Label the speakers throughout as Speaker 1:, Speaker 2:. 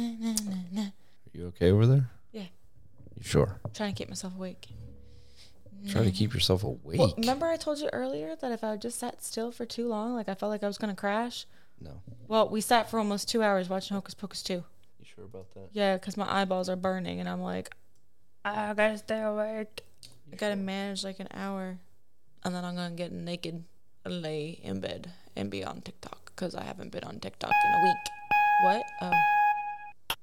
Speaker 1: Are you okay over there?
Speaker 2: Yeah.
Speaker 1: You sure?
Speaker 2: Trying to keep myself awake.
Speaker 1: Trying to keep yourself awake.
Speaker 2: Mm-hmm. Well, remember I told you earlier that if I just sat still for too long, like I felt like I was gonna crash.
Speaker 1: no.
Speaker 2: Well, we sat for almost two hours watching Hocus Pocus two.
Speaker 1: You sure about that?
Speaker 2: Yeah, because my eyeballs are burning, and I'm like, I gotta stay awake. I gotta manage like an hour, and then I'm gonna get naked, and lay in bed, and be on TikTok because I haven't been on TikTok in a week. What? Oh,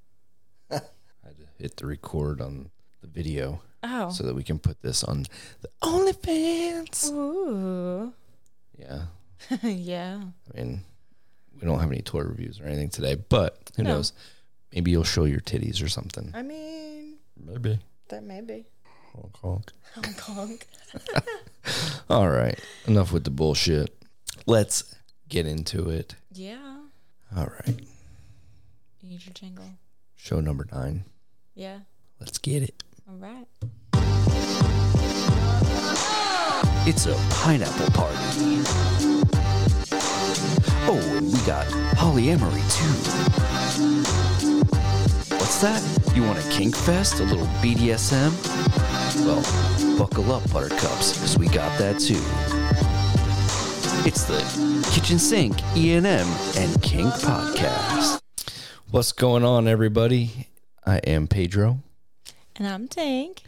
Speaker 1: I had to hit the record on the video
Speaker 2: oh.
Speaker 1: so that we can put this on the OnlyFans.
Speaker 2: Ooh.
Speaker 1: Yeah.
Speaker 2: yeah.
Speaker 1: I mean, we don't have any toy reviews or anything today, but who
Speaker 2: No.
Speaker 1: knows? Maybe you'll show your titties or something.
Speaker 2: I mean,
Speaker 1: Maybe.
Speaker 2: that may be.
Speaker 1: Honk, honk.
Speaker 2: Hong Kong.
Speaker 1: All right. Enough with the bullshit. Let's get into it.
Speaker 2: Yeah.
Speaker 1: All right.
Speaker 2: You need your jingle.
Speaker 1: Show number nine.
Speaker 2: Yeah.
Speaker 1: Let's get it.
Speaker 2: All right.
Speaker 1: It's a pineapple party. Oh, and we got polyamory too. What's that? You want a kink fest? A little BDSM? Well, buckle up, buttercups, because we got that too. It's the Kitchen Sink, E&M, and Kink Podcast. What's going on, everybody? I am Pedro
Speaker 2: And I'm Tank.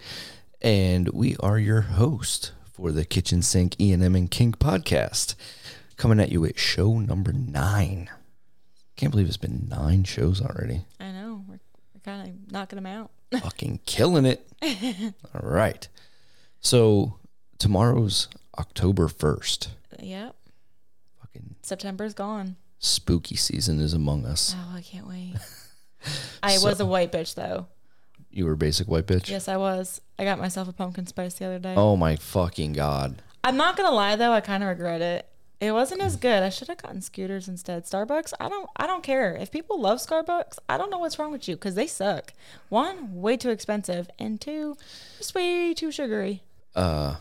Speaker 1: and we are your host for the Kitchen Sink E&M and Kink podcast, coming at you at show number nine. Can't believe it's been nine shows already.
Speaker 2: I know. We're, we're kind of knocking them out.
Speaker 1: Fucking killing it. All right. So tomorrow's October 1st.
Speaker 2: Yep.
Speaker 1: Fucking
Speaker 2: September's gone.
Speaker 1: spooky season is among us.
Speaker 2: Oh, I can't wait. I
Speaker 1: So-
Speaker 2: was a white bitch, though.
Speaker 1: You were a basic white bitch?
Speaker 2: Yes, I was. I got myself a pumpkin spice the other day.
Speaker 1: Oh my fucking God.
Speaker 2: I'm not going to lie, though. I kind of regret it. It wasn't as good. I should have gotten scooters instead. Starbucks, I don't I don't care. If people love Starbucks, I don't know what's wrong with you cuz they suck. One, way too expensive, and two, just way too sugary
Speaker 1: Uh,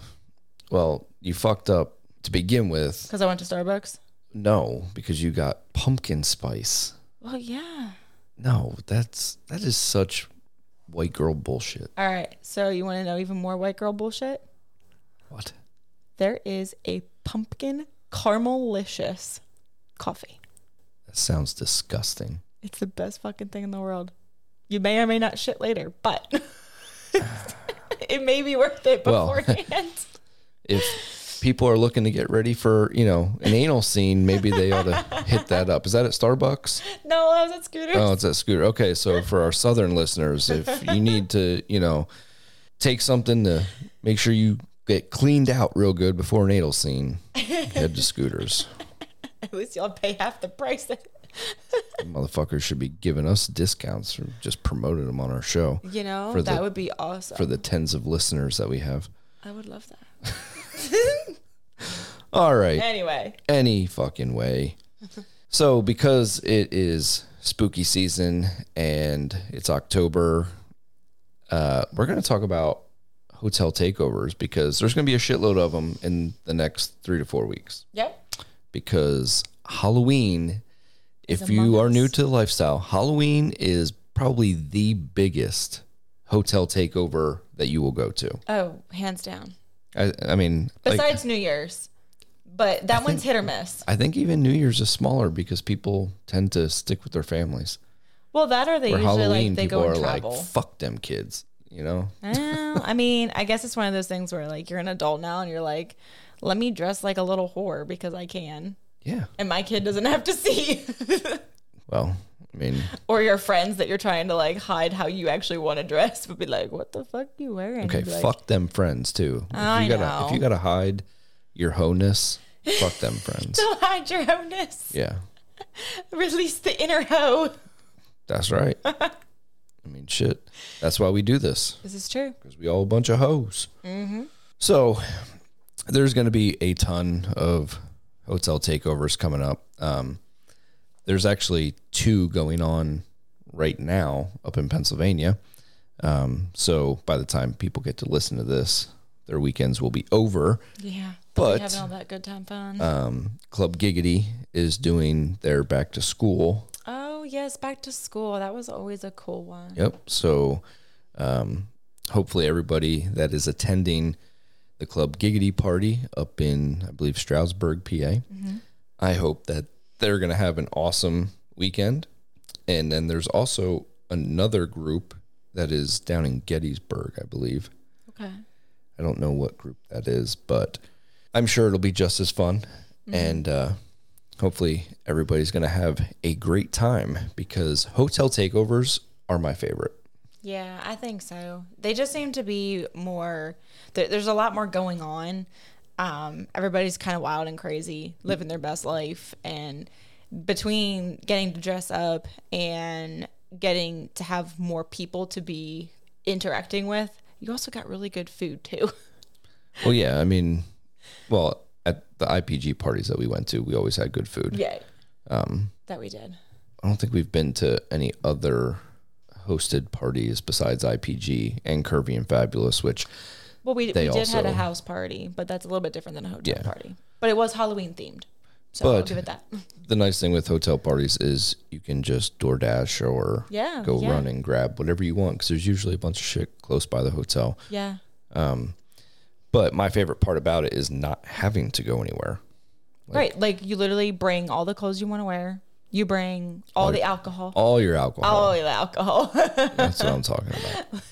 Speaker 1: Well, you fucked up to begin with.
Speaker 2: cuz I went to Starbucks.
Speaker 1: No, because you got pumpkin spice.
Speaker 2: Well, yeah.
Speaker 1: No, that's that is such white girl bullshit.
Speaker 2: All right. So you want to know even more white girl bullshit?
Speaker 1: What?
Speaker 2: There is a pumpkin caramelicious coffee.
Speaker 1: That sounds disgusting.
Speaker 2: It's the best fucking thing in the world. You may or may not shit later, but it may be worth it
Speaker 1: Well.
Speaker 2: beforehand.
Speaker 1: If people are looking to get ready for, you know, an anal scene, maybe they ought to hit that up. Is that at Starbucks?
Speaker 2: no, I was at Scooter.
Speaker 1: Oh, it's at Scooter. Okay, so for our southern listeners, if you need to, you know, take something to make sure you get cleaned out real good before an anal scene, head to Scooters.
Speaker 2: At least y'all pay half the price.
Speaker 1: Motherfuckers should be giving us discounts for just promoting them on our show
Speaker 2: You know,
Speaker 1: For
Speaker 2: that
Speaker 1: the-
Speaker 2: would be awesome.
Speaker 1: for the tens of listeners that we have.
Speaker 2: I would love that.
Speaker 1: All right.
Speaker 2: Anyway,
Speaker 1: any fucking way. so because it is spooky season and it's October, uh, we're going to talk about hotel takeovers because there's going to be a shitload of them in the next three to four weeks.
Speaker 2: yep.
Speaker 1: Because Halloween, if
Speaker 2: among
Speaker 1: you are new
Speaker 2: us.
Speaker 1: to the lifestyle, Halloween is probably the biggest hotel takeover that you will go to.
Speaker 2: Oh, hands down.
Speaker 1: I, I mean, like,
Speaker 2: Besides New Year's, but that one's hit or miss.
Speaker 1: I think even New Year's is smaller because people tend to stick with their families.
Speaker 2: Well, that or they
Speaker 1: for
Speaker 2: usually
Speaker 1: Halloween,
Speaker 2: like they
Speaker 1: people
Speaker 2: go
Speaker 1: are
Speaker 2: and
Speaker 1: like,
Speaker 2: travel.
Speaker 1: "Fuck them kids," you know.
Speaker 2: Well, I mean, I guess it's one of those things where like you're an adult now and you're like, let me dress like a little whore because I can.
Speaker 1: Yeah.
Speaker 2: And my kid doesn't have to see.
Speaker 1: Well, I mean,
Speaker 2: or your friends that you're trying to like hide how you actually want to dress would be like, what the fuck you wearing?
Speaker 1: okay,
Speaker 2: You'd be like,
Speaker 1: fuck them friends too. If
Speaker 2: I
Speaker 1: you gotta, if
Speaker 2: know.
Speaker 1: you gotta hide your honeness, fuck them friends.
Speaker 2: Don't hide your owness.
Speaker 1: Yeah,
Speaker 2: Release the inner hoe.
Speaker 1: that's right. I mean, shit. That's why we do this.
Speaker 2: This is true.
Speaker 1: because we all a bunch of hoes. So there's going to be a ton of hotel takeovers coming up. Um, there's actually two going on right now up in Pennsylvania. Um, so by the time people get to listen to this, their weekends will be over.
Speaker 2: Yeah. We having
Speaker 1: But
Speaker 2: all that good time fun.
Speaker 1: um, Club Giggity is doing their back to school.
Speaker 2: oh yes, back to school. That was always a cool one.
Speaker 1: Yep. So um, hopefully everybody that is attending the Club Giggity party up in, I believe, Stroudsburg, PA, I hope that they're going to have an awesome weekend. And then there's also another group that is down in Gettysburg, I believe.
Speaker 2: Okay.
Speaker 1: I don't know what group that is, but I'm sure it'll be just as fun. And uh, hopefully, everybody's going to have a great time because hotel takeovers are my favorite.
Speaker 2: Yeah, I think so. They just seem to be more. There, there's a lot more going on. Um, everybody's kind of wild and crazy, living their best life, and between getting to dress up and getting to have more people to be interacting with, you also got really good food too.
Speaker 1: Well, yeah, I mean, well, at the IPG parties that we went to, we always had good food.
Speaker 2: Yeah. Um, that we did.
Speaker 1: I don't think we've been to any other hosted parties besides IPG and Curvy and Fabulous, which,
Speaker 2: Well, we, we
Speaker 1: They
Speaker 2: did had a
Speaker 1: also-
Speaker 2: house party, but that's a little bit different than a hotel
Speaker 1: Yeah.
Speaker 2: party. But it was Halloween themed, so I'll
Speaker 1: But-
Speaker 2: give it that.
Speaker 1: the nice thing with hotel parties is you can just DoorDash or
Speaker 2: Yeah,
Speaker 1: go
Speaker 2: yeah.
Speaker 1: run and grab whatever you want because there's usually a bunch of shit close by the hotel.
Speaker 2: Yeah.
Speaker 1: But my favorite part about it is not having to go anywhere.
Speaker 2: right. Like you literally bring all the clothes you want to wear. You bring all, the alcohol.
Speaker 1: All your alcohol.
Speaker 2: All the alcohol.
Speaker 1: That's what I'm talking about.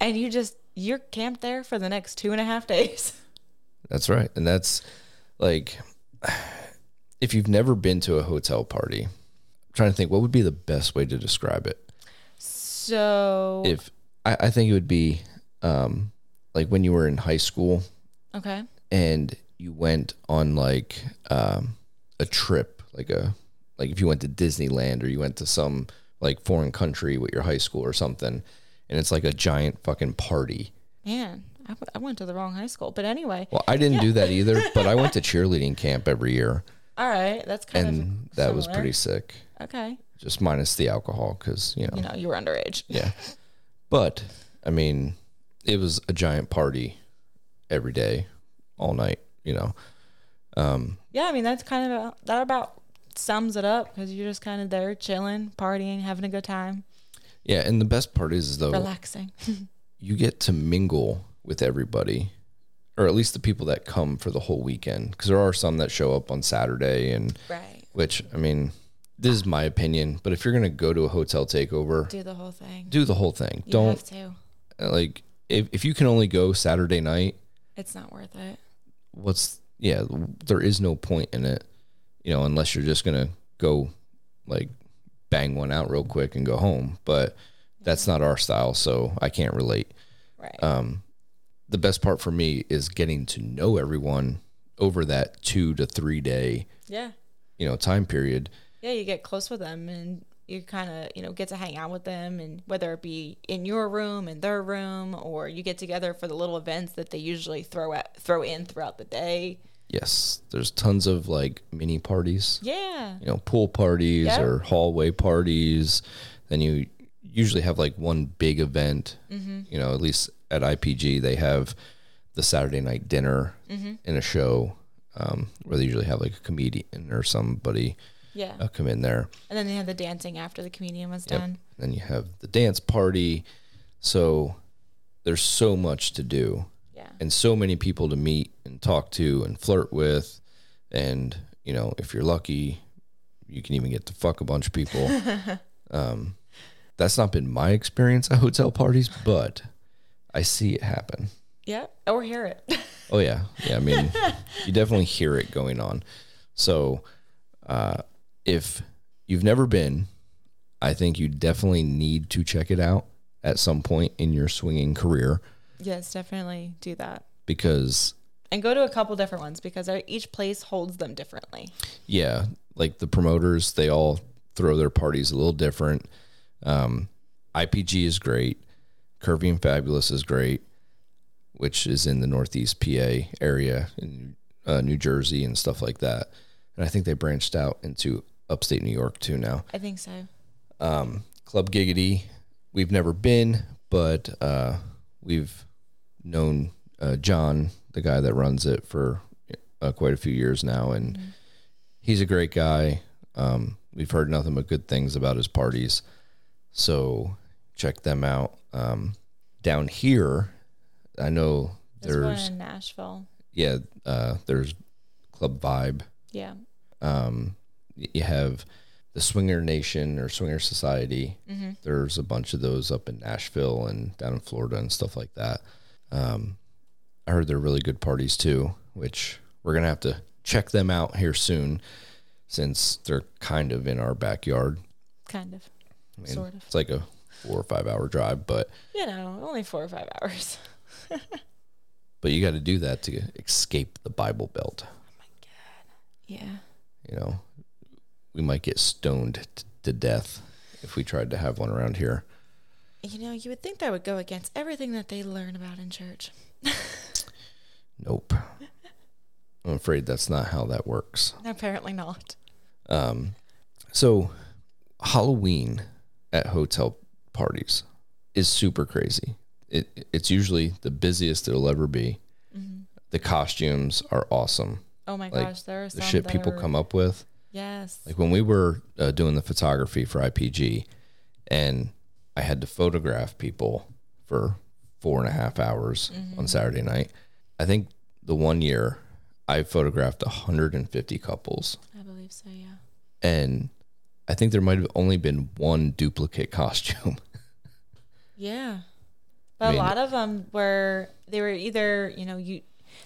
Speaker 2: and you just you're camped there for the next two and a half days.
Speaker 1: That's right. And that's like if you've never been to a hotel party, I'm trying to think what would be the best way to describe it.
Speaker 2: So
Speaker 1: If I, I think it would be um like when you were in high school
Speaker 2: Okay.
Speaker 1: and you went on like um a trip, like a like if you went to Disneyland or you went to some like foreign country with your high school or something, and it's like a giant fucking party.
Speaker 2: Man, I, w- I went to the wrong high school. But anyway,
Speaker 1: Well, I didn't do that either, but I went to cheerleading camp every year,
Speaker 2: all right. That's kind
Speaker 1: and that was
Speaker 2: similar.
Speaker 1: pretty sick.
Speaker 2: of okay.
Speaker 1: Just minus the alcohol, because you know,
Speaker 2: You know, you were underage.
Speaker 1: yeah. But I mean, it was a giant party every day, all night. You know,
Speaker 2: Yeah, I mean that's kind of that about sums it up because you're just kind of there chilling, partying, having a good time,
Speaker 1: yeah. And the best part is though,
Speaker 2: relaxing.
Speaker 1: you get to mingle with everybody, or at least the people that come for the whole weekend. Because there are some that show up on Saturday, and
Speaker 2: right.
Speaker 1: which I mean, this is my opinion. But if you're gonna go to a hotel takeover,
Speaker 2: Do the whole thing.
Speaker 1: do the whole thing.
Speaker 2: You
Speaker 1: Don't
Speaker 2: have to.
Speaker 1: like if, if you can only go Saturday night,
Speaker 2: It's not worth it.
Speaker 1: what's yeah, there is no point in it, you know, unless you're just gonna go like bang one out real quick and go home. But that's not our style, so I can't relate.
Speaker 2: Right.
Speaker 1: The best part for me is getting to know everyone over that two to three day,
Speaker 2: yeah.
Speaker 1: you know, time period.
Speaker 2: Yeah, you get close with them and you kind of, you know, get to hang out with them and whether it be in your room, in their room, or you get together for the little events that they usually throw at, throw in throughout the day.
Speaker 1: Yes, there's tons of like mini parties.
Speaker 2: Yeah.
Speaker 1: you know pool parties
Speaker 2: Yep.
Speaker 1: or hallway parties then you usually have like one big event you know at least at ipg they have the saturday night dinner and a show um, where they usually have like a comedian or somebody
Speaker 2: Yeah.
Speaker 1: uh, come in there
Speaker 2: And then they had the dancing after the comedian was
Speaker 1: Yep.
Speaker 2: done.
Speaker 1: then you have the dance party so there's so much to do
Speaker 2: Yeah.
Speaker 1: and so many people to meet and talk to and flirt with and you know if you're lucky you can even get to fuck a bunch of people um, that's not been my experience at hotel parties but i see it happen
Speaker 2: Yeah. Or hear it.
Speaker 1: oh yeah yeah i mean you definitely hear it going on so uh, if you've never been i think you definitely need to check it out at some point in your swinging career
Speaker 2: yes, definitely do that.
Speaker 1: because
Speaker 2: And go to a couple different ones because they're- each place holds them differently.
Speaker 1: yeah like the promoters they all throw their parties a little different um ipg is great curvy and fabulous is great which is in the northeast pa area in uh, new jersey and stuff like that and i think they branched out into upstate new york too now
Speaker 2: I think so.
Speaker 1: um, Club Giggity. We've never been, but uh, we've known uh, John, the guy that runs it, for uh, quite a few years now, and
Speaker 2: Mm-hmm.
Speaker 1: he's a great guy. Um, we've heard nothing but good things about his parties, so check them out. Um, down here, I know
Speaker 2: There's,
Speaker 1: there's
Speaker 2: one in Nashville.
Speaker 1: yeah, uh, there's Club Vibe.
Speaker 2: Yeah.
Speaker 1: Um, y- you have the Swinger Nation or Swinger Society. There's a bunch of those up in Nashville and down in Florida and stuff like that. Um, I heard they're really good parties too, which we're gonna have to check them out here soon, since they're kind of in our backyard.
Speaker 2: Kind of.
Speaker 1: I mean,
Speaker 2: Sort of.
Speaker 1: It's like a four or five hour drive, but
Speaker 2: You know, only four or five hours.
Speaker 1: but you got to do that to escape the Bible Belt.
Speaker 2: Yeah.
Speaker 1: you know, we might get stoned t- to death if we tried to have one around here.
Speaker 2: You know, you would think that would go against everything that they learn about in church.
Speaker 1: Nope. I'm afraid that's not how that works.
Speaker 2: Apparently not.
Speaker 1: Um, so, Halloween at hotel parties is super crazy. It, it's usually the busiest it'll ever be.
Speaker 2: Mm-hmm.
Speaker 1: The costumes are awesome.
Speaker 2: Oh my
Speaker 1: Like,
Speaker 2: gosh, there are some
Speaker 1: The shit
Speaker 2: that
Speaker 1: people
Speaker 2: are-
Speaker 1: come up with.
Speaker 2: Yes.
Speaker 1: Like when we were uh, doing the photography for IPG, and I had to photograph people for four and a half hours
Speaker 2: Mm-hmm.
Speaker 1: on Saturday night. I think the one year I photographed 150 couples,
Speaker 2: I believe so. Yeah.
Speaker 1: and I think there might have only been one duplicate costume.
Speaker 2: Yeah. But
Speaker 1: mean-
Speaker 2: a lot of them were they were either, you know, you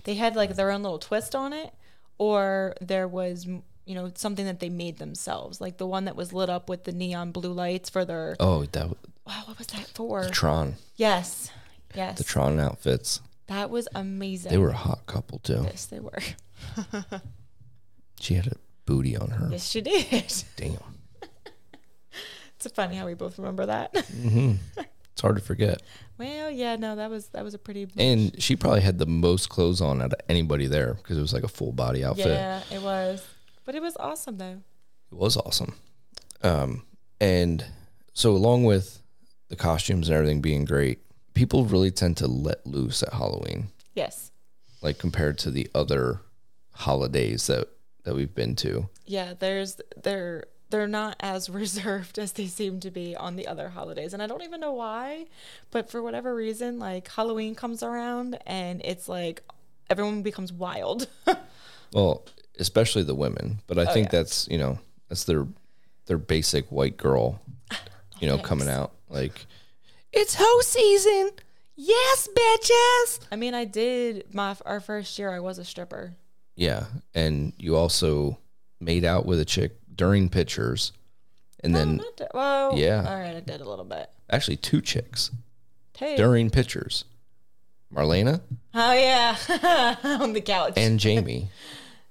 Speaker 2: they had like their own little twist on it or there was you know something that they made themselves like the one that was lit up with the neon blue lights for their
Speaker 1: oh, that was
Speaker 2: wow what was that for
Speaker 1: the Tron,
Speaker 2: yes yes
Speaker 1: the Tron outfits.
Speaker 2: that was amazing
Speaker 1: They were a hot couple too.
Speaker 2: yes they were
Speaker 1: She had a booty on her.
Speaker 2: yes she did it's
Speaker 1: Damn,
Speaker 2: funny how we both remember that
Speaker 1: Mm-hmm. it's hard to forget.
Speaker 2: well yeah no that was that was a pretty
Speaker 1: And she probably had the most clothes on out of anybody there because it was like a full body outfit.
Speaker 2: yeah it was but it was awesome though
Speaker 1: It was awesome. Um, and so, along with the costumes and everything being great, people really tend to let loose at Halloween,
Speaker 2: yes
Speaker 1: like compared to the other holidays that, that we've been to.
Speaker 2: Yeah, there's they're they're not as reserved as they seem to be on the other holidays. And I don't even know why, but for whatever reason, like Halloween comes around and it's like everyone becomes wild.
Speaker 1: Well, especially the women, but I think
Speaker 2: yeah.
Speaker 1: that's you know that's their their basic white girl, you know, coming out like it's hoe season. Yes, bitches.
Speaker 2: I mean, I did my our first year I was a stripper.
Speaker 1: Yeah, and you also made out with a chick during pictures, and then
Speaker 2: Not to- Oh, well,
Speaker 1: Yeah.
Speaker 2: All right, I did a little bit.
Speaker 1: actually two chicks
Speaker 2: Hey.
Speaker 1: during pictures, Marlena
Speaker 2: oh yeah, on the couch.
Speaker 1: and Jamie.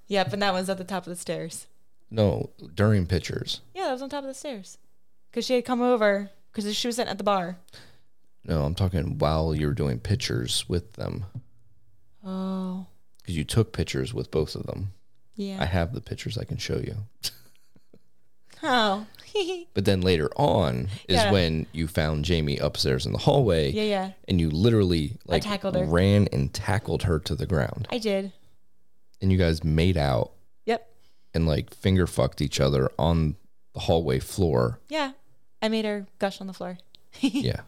Speaker 2: yep, and that one's at the top of the stairs.
Speaker 1: no, during pictures.
Speaker 2: Yeah, that was on top of the stairs. Cuz she had come over cuz she was sitting at the bar.
Speaker 1: No, I'm talking while you were doing pictures with them
Speaker 2: Oh.
Speaker 1: because you took pictures with both of them.
Speaker 2: Yeah.
Speaker 1: I have the pictures I can show you.
Speaker 2: Oh.
Speaker 1: But then later on is
Speaker 2: Yeah.
Speaker 1: when you found Jamie upstairs in the hallway
Speaker 2: yeah, yeah.
Speaker 1: and you literally like
Speaker 2: tackled her.
Speaker 1: ran and tackled her to the ground.
Speaker 2: I did.
Speaker 1: And you guys made out
Speaker 2: Yep.
Speaker 1: and like finger fucked each other on the hallway floor.
Speaker 2: Yeah. I made her gush on the floor.
Speaker 1: Yeah.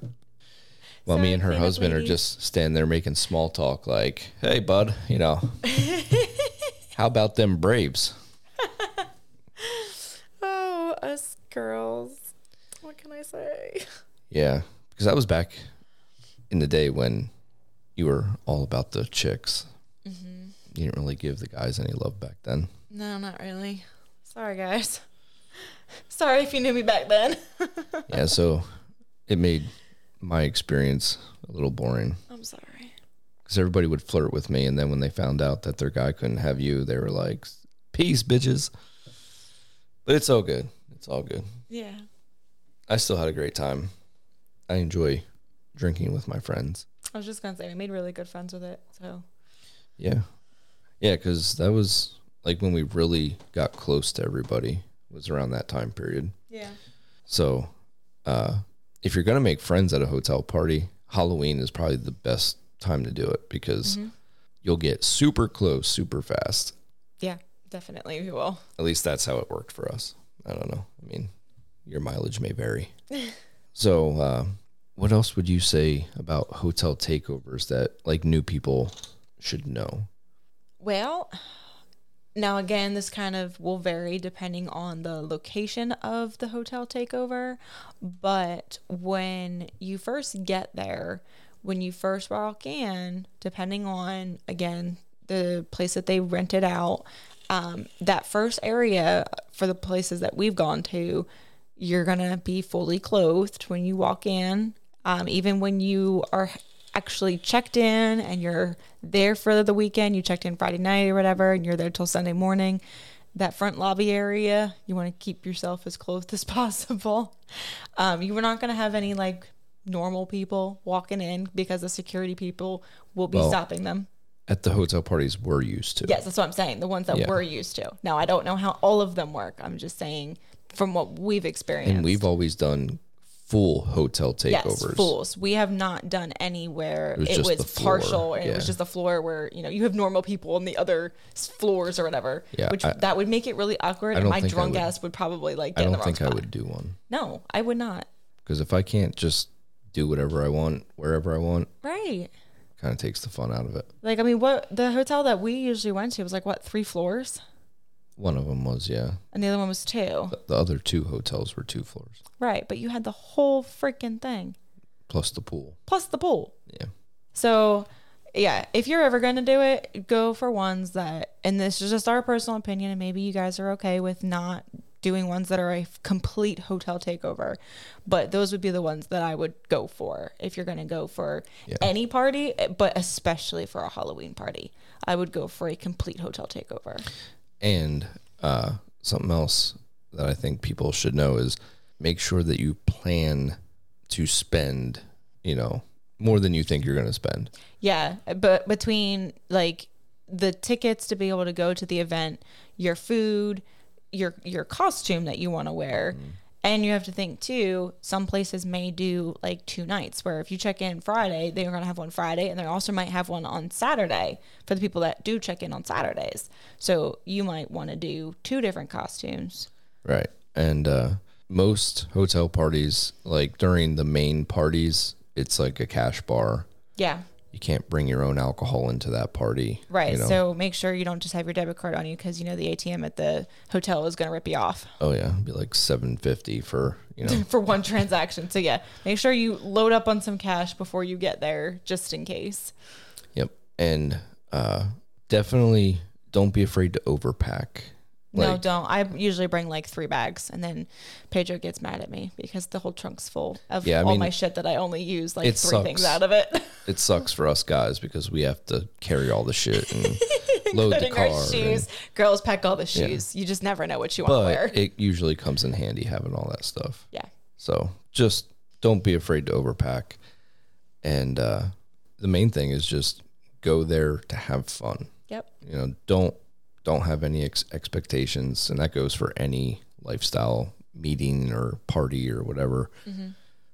Speaker 1: Well,
Speaker 2: Sorry,
Speaker 1: me and her
Speaker 2: clean up
Speaker 1: husband are
Speaker 2: ladies.
Speaker 1: just standing there making small talk like, "Hey, bud, you know, how about them Braves?"
Speaker 2: Oh, us girls. What can I say?
Speaker 1: Yeah, because that was back in the day when you were all about the chicks.
Speaker 2: Mm-hmm.
Speaker 1: You didn't really give the guys any love back then.
Speaker 2: No, not really. Sorry, guys. Sorry if you knew me back then.
Speaker 1: yeah, so it made my experience a little boring
Speaker 2: I'm sorry.
Speaker 1: because everybody would flirt with me, and then when they found out that their guy couldn't have you, they were like, "Peace, bitches." But it's all good. It's all good.
Speaker 2: Yeah.
Speaker 1: I still had a great time. I enjoy drinking with my friends.
Speaker 2: I was just going to say, we made really good friends with it. So,
Speaker 1: Yeah. Yeah, because that was like when we really got close to everybody was around that time period.
Speaker 2: yeah.
Speaker 1: So uh if you're gonna make friends at a hotel party, Halloween is probably the best time to do it because you'll get super close super fast.
Speaker 2: Definitely we will.
Speaker 1: At least that's how it worked for us. I don't know. I mean, your mileage may vary. so, uh, what else would you say about hotel takeovers that like new people should know?
Speaker 2: Well, now again, this kind of will vary depending on the location of the hotel takeover. But when you first get there, when you first walk in, depending on again the place that they rented out, um, that first area for the places that we've gone to, you're gonna be fully clothed when you walk in. Um, even when you are actually checked in and you're there for the weekend, you checked in Friday night or whatever, and you're there till Sunday morning. That front lobby area, you want to keep yourself as clothed as possible. Um, you were not going to have any like normal people walking in because the security people will be
Speaker 1: Well,
Speaker 2: stopping them.
Speaker 1: At the hotel parties we're used to.
Speaker 2: Yes, that's what I'm saying. The ones that
Speaker 1: Yeah.
Speaker 2: we're used to. Now, I don't know how all of them work. I'm just saying from what we've experienced.
Speaker 1: And we've always done full hotel takeovers.
Speaker 2: Yes, fools. We have not done anywhere. It
Speaker 1: was
Speaker 2: was,
Speaker 1: just the floor,
Speaker 2: partial, and it
Speaker 1: yeah.
Speaker 2: was just the floor where you know you have normal people on the other s- floors or whatever.
Speaker 1: Yeah,
Speaker 2: which
Speaker 1: I-
Speaker 2: that would make it really awkward, and
Speaker 1: don't
Speaker 2: my
Speaker 1: think I
Speaker 2: drunk
Speaker 1: would-
Speaker 2: ass would probably like. Get
Speaker 1: I
Speaker 2: in the
Speaker 1: don't
Speaker 2: wrong
Speaker 1: think I
Speaker 2: spot.
Speaker 1: would do one
Speaker 2: No, I would not.
Speaker 1: because if I can't just do whatever I want, wherever I want,
Speaker 2: Right.
Speaker 1: kind of takes the fun out of it.
Speaker 2: Like I mean, what the hotel that we usually went to was like what three floors,
Speaker 1: One of them was, yeah.
Speaker 2: and the other one was two.
Speaker 1: The other two hotels were two floors
Speaker 2: Right, but you had the whole freaking thing
Speaker 1: plus the pool.
Speaker 2: plus the pool.
Speaker 1: Yeah.
Speaker 2: So, yeah, if you're ever going to do it, go for ones that, and this is just our personal opinion, and maybe you guys are okay with not doing ones that are a f- complete hotel takeover, but those would be the ones that I would go for if you're going to go for any party, eh, but especially for a Halloween party. I would go for a complete hotel takeover.
Speaker 1: And uh, something else that I think people should know is make sure that you plan to spend, you know, more than you think you're going to spend.
Speaker 2: Yeah, but between like the tickets to be able to go to the event, your food, your your costume that you want to wear,
Speaker 1: Mm.
Speaker 2: and you have to think too. Some places may do like two nights where if you check in Friday, they're gonna have one Friday, and they also might have one on Saturday for the people that do check in on Saturdays. So you might want to do two different costumes.
Speaker 1: Right. And uh, most hotel parties, like during the main parties, it's like a cash bar.
Speaker 2: Yeah,
Speaker 1: You can't bring your own alcohol into that party.
Speaker 2: right.
Speaker 1: you know?
Speaker 2: So make sure you don't just have your debit card on you because you know the ATM at the hotel is gonna rip you off.
Speaker 1: oh yeah, it'd be like 750 for, you know,
Speaker 2: for one transaction. So yeah, make sure you load up on some cash before you get there, just in case.
Speaker 1: Yep. And uh, definitely don't be afraid to overpack.
Speaker 2: no,
Speaker 1: Like,
Speaker 2: don't. I usually bring like three bags, and then Pedro gets mad at me because the whole trunk's full of
Speaker 1: Yeah, I
Speaker 2: all
Speaker 1: mean,
Speaker 2: my shit that I only use like three
Speaker 1: it
Speaker 2: things
Speaker 1: sucks.
Speaker 2: out of it,
Speaker 1: it sucks for us guys because we have to carry all the shit and load the
Speaker 2: including
Speaker 1: car.
Speaker 2: our shoes.
Speaker 1: and-
Speaker 2: Girls pack all the shoes. You just never know what you want to wear.
Speaker 1: but it usually comes in handy having all that stuff.
Speaker 2: yeah,
Speaker 1: So just don't be afraid to overpack. And uh, the main thing is just go there to have fun.
Speaker 2: yep,
Speaker 1: You know, don't don't have any ex- expectations, and that goes for any lifestyle meeting or party or whatever.
Speaker 2: Mm-hmm.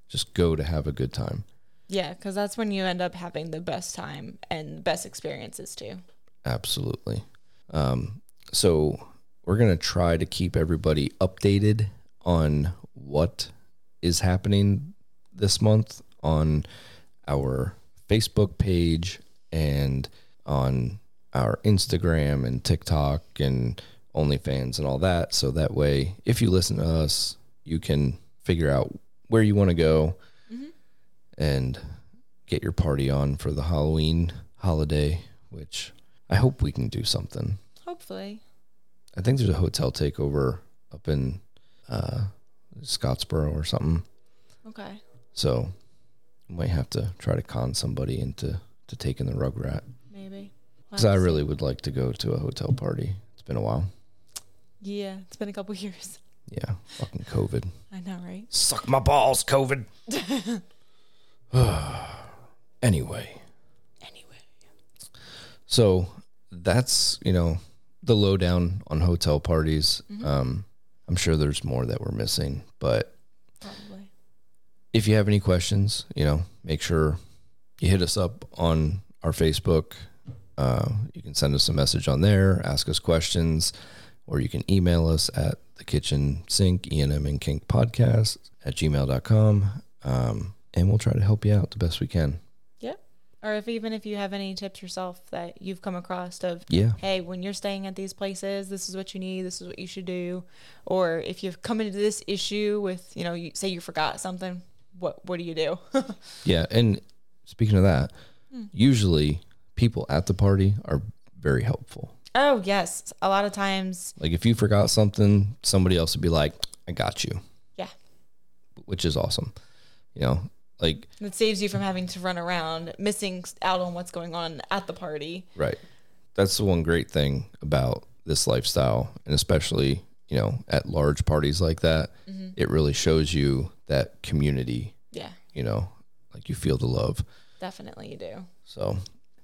Speaker 1: Just go to have a good time.
Speaker 2: yeah, because that's when you end up having the best time and best experiences too.
Speaker 1: Absolutely. Um, so we're gonna try to keep everybody updated on what is happening this month on our Facebook page and on our Instagram and TikTok and OnlyFans and all that. So that way, if you listen to us, you can figure out where you want to go and get your party on for the Halloween holiday, which I hope we can do something.
Speaker 2: Hopefully,
Speaker 1: I think there's a hotel takeover up in uh, Scottsboro or something.
Speaker 2: okay.
Speaker 1: So might have to try to con somebody into to taking the Rugrat
Speaker 2: Maybe.
Speaker 1: because I really would like to go to a hotel party. It's been a while.
Speaker 2: Yeah, it's been a couple years.
Speaker 1: Yeah, fucking COVID.
Speaker 2: I know, right?
Speaker 1: Suck my balls, COVID. anyway,
Speaker 2: Anyway.
Speaker 1: so that's you know the lowdown on hotel parties. Um, I'm sure there's more that we're missing, but
Speaker 2: Probably.
Speaker 1: if you have any questions, you know, make sure you hit us up on our Facebook Uh, you can send us a message on there, ask us questions, or you can email us at the kitchen sink, ENM and kink podcast at gmail.com. Um, and we'll try to help you out the best we can.
Speaker 2: Or if even if you have any tips yourself that you've come across of
Speaker 1: Yeah.
Speaker 2: hey, when you're staying at these places, this is what you need, this is what you should do. Or if you've come into this issue with, you know, you say you forgot something, what what do you do?
Speaker 1: Yeah. And speaking of that, usually people at the party are very helpful.
Speaker 2: oh, yes. A lot of times,
Speaker 1: Like if you forgot something, somebody else would be like, I got you,
Speaker 2: yeah.
Speaker 1: which is awesome. You know, like,
Speaker 2: It saves you from having to run around, missing out on what's going on at the party.
Speaker 1: Right. That's the one great thing about this lifestyle, and especially, you know, at large parties like that, it really shows you that community,
Speaker 2: Yeah,
Speaker 1: you know, like you feel the love.
Speaker 2: definitely you do.
Speaker 1: So,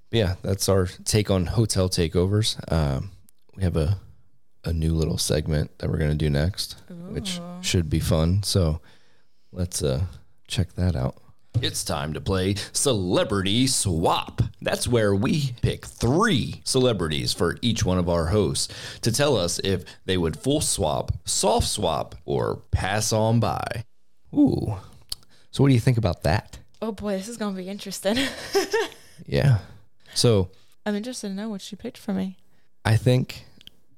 Speaker 1: but yeah, that's our take on hotel takeovers. Um, we have a a new little segment that we're going to do next, which should be fun. So, let's uh check that out.
Speaker 3: It's time to play Celebrity Swap. That's where we pick three celebrities for each one of our hosts to tell us if they would full swap, soft swap, or pass on by.
Speaker 1: Ooh. So, what do you think about that?
Speaker 2: Oh boy, this is going to be interesting.
Speaker 1: Yeah. So,
Speaker 2: I'm interested to know what she picked for me.
Speaker 1: I think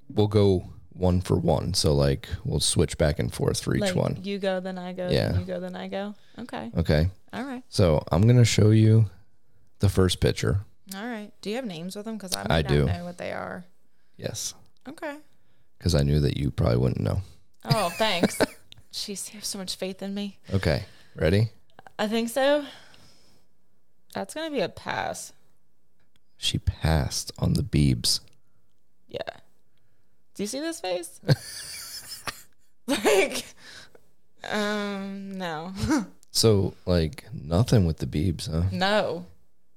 Speaker 1: we'll go one for one. So like we'll switch back and forth for each
Speaker 2: Like,
Speaker 1: one.
Speaker 2: You go, then I go.
Speaker 1: Yeah.
Speaker 2: Then you go, then I go. Okay.
Speaker 1: Okay.
Speaker 2: All right.
Speaker 1: So I'm gonna show you the first picture.
Speaker 2: All right. Do you have names with them? Because I, might
Speaker 1: I
Speaker 2: not
Speaker 1: do.
Speaker 2: know what they are.
Speaker 1: Yes.
Speaker 2: Okay.
Speaker 1: Because I knew that you probably wouldn't know.
Speaker 2: Oh, thanks. Jeez, you have so much faith in me.
Speaker 1: Okay. Ready?
Speaker 2: I think so. That's gonna be a pass.
Speaker 1: She passed on the Beebs.
Speaker 2: Yeah. Do you see this face? like, um, no,
Speaker 1: So like nothing with the Beebs, huh?
Speaker 2: no,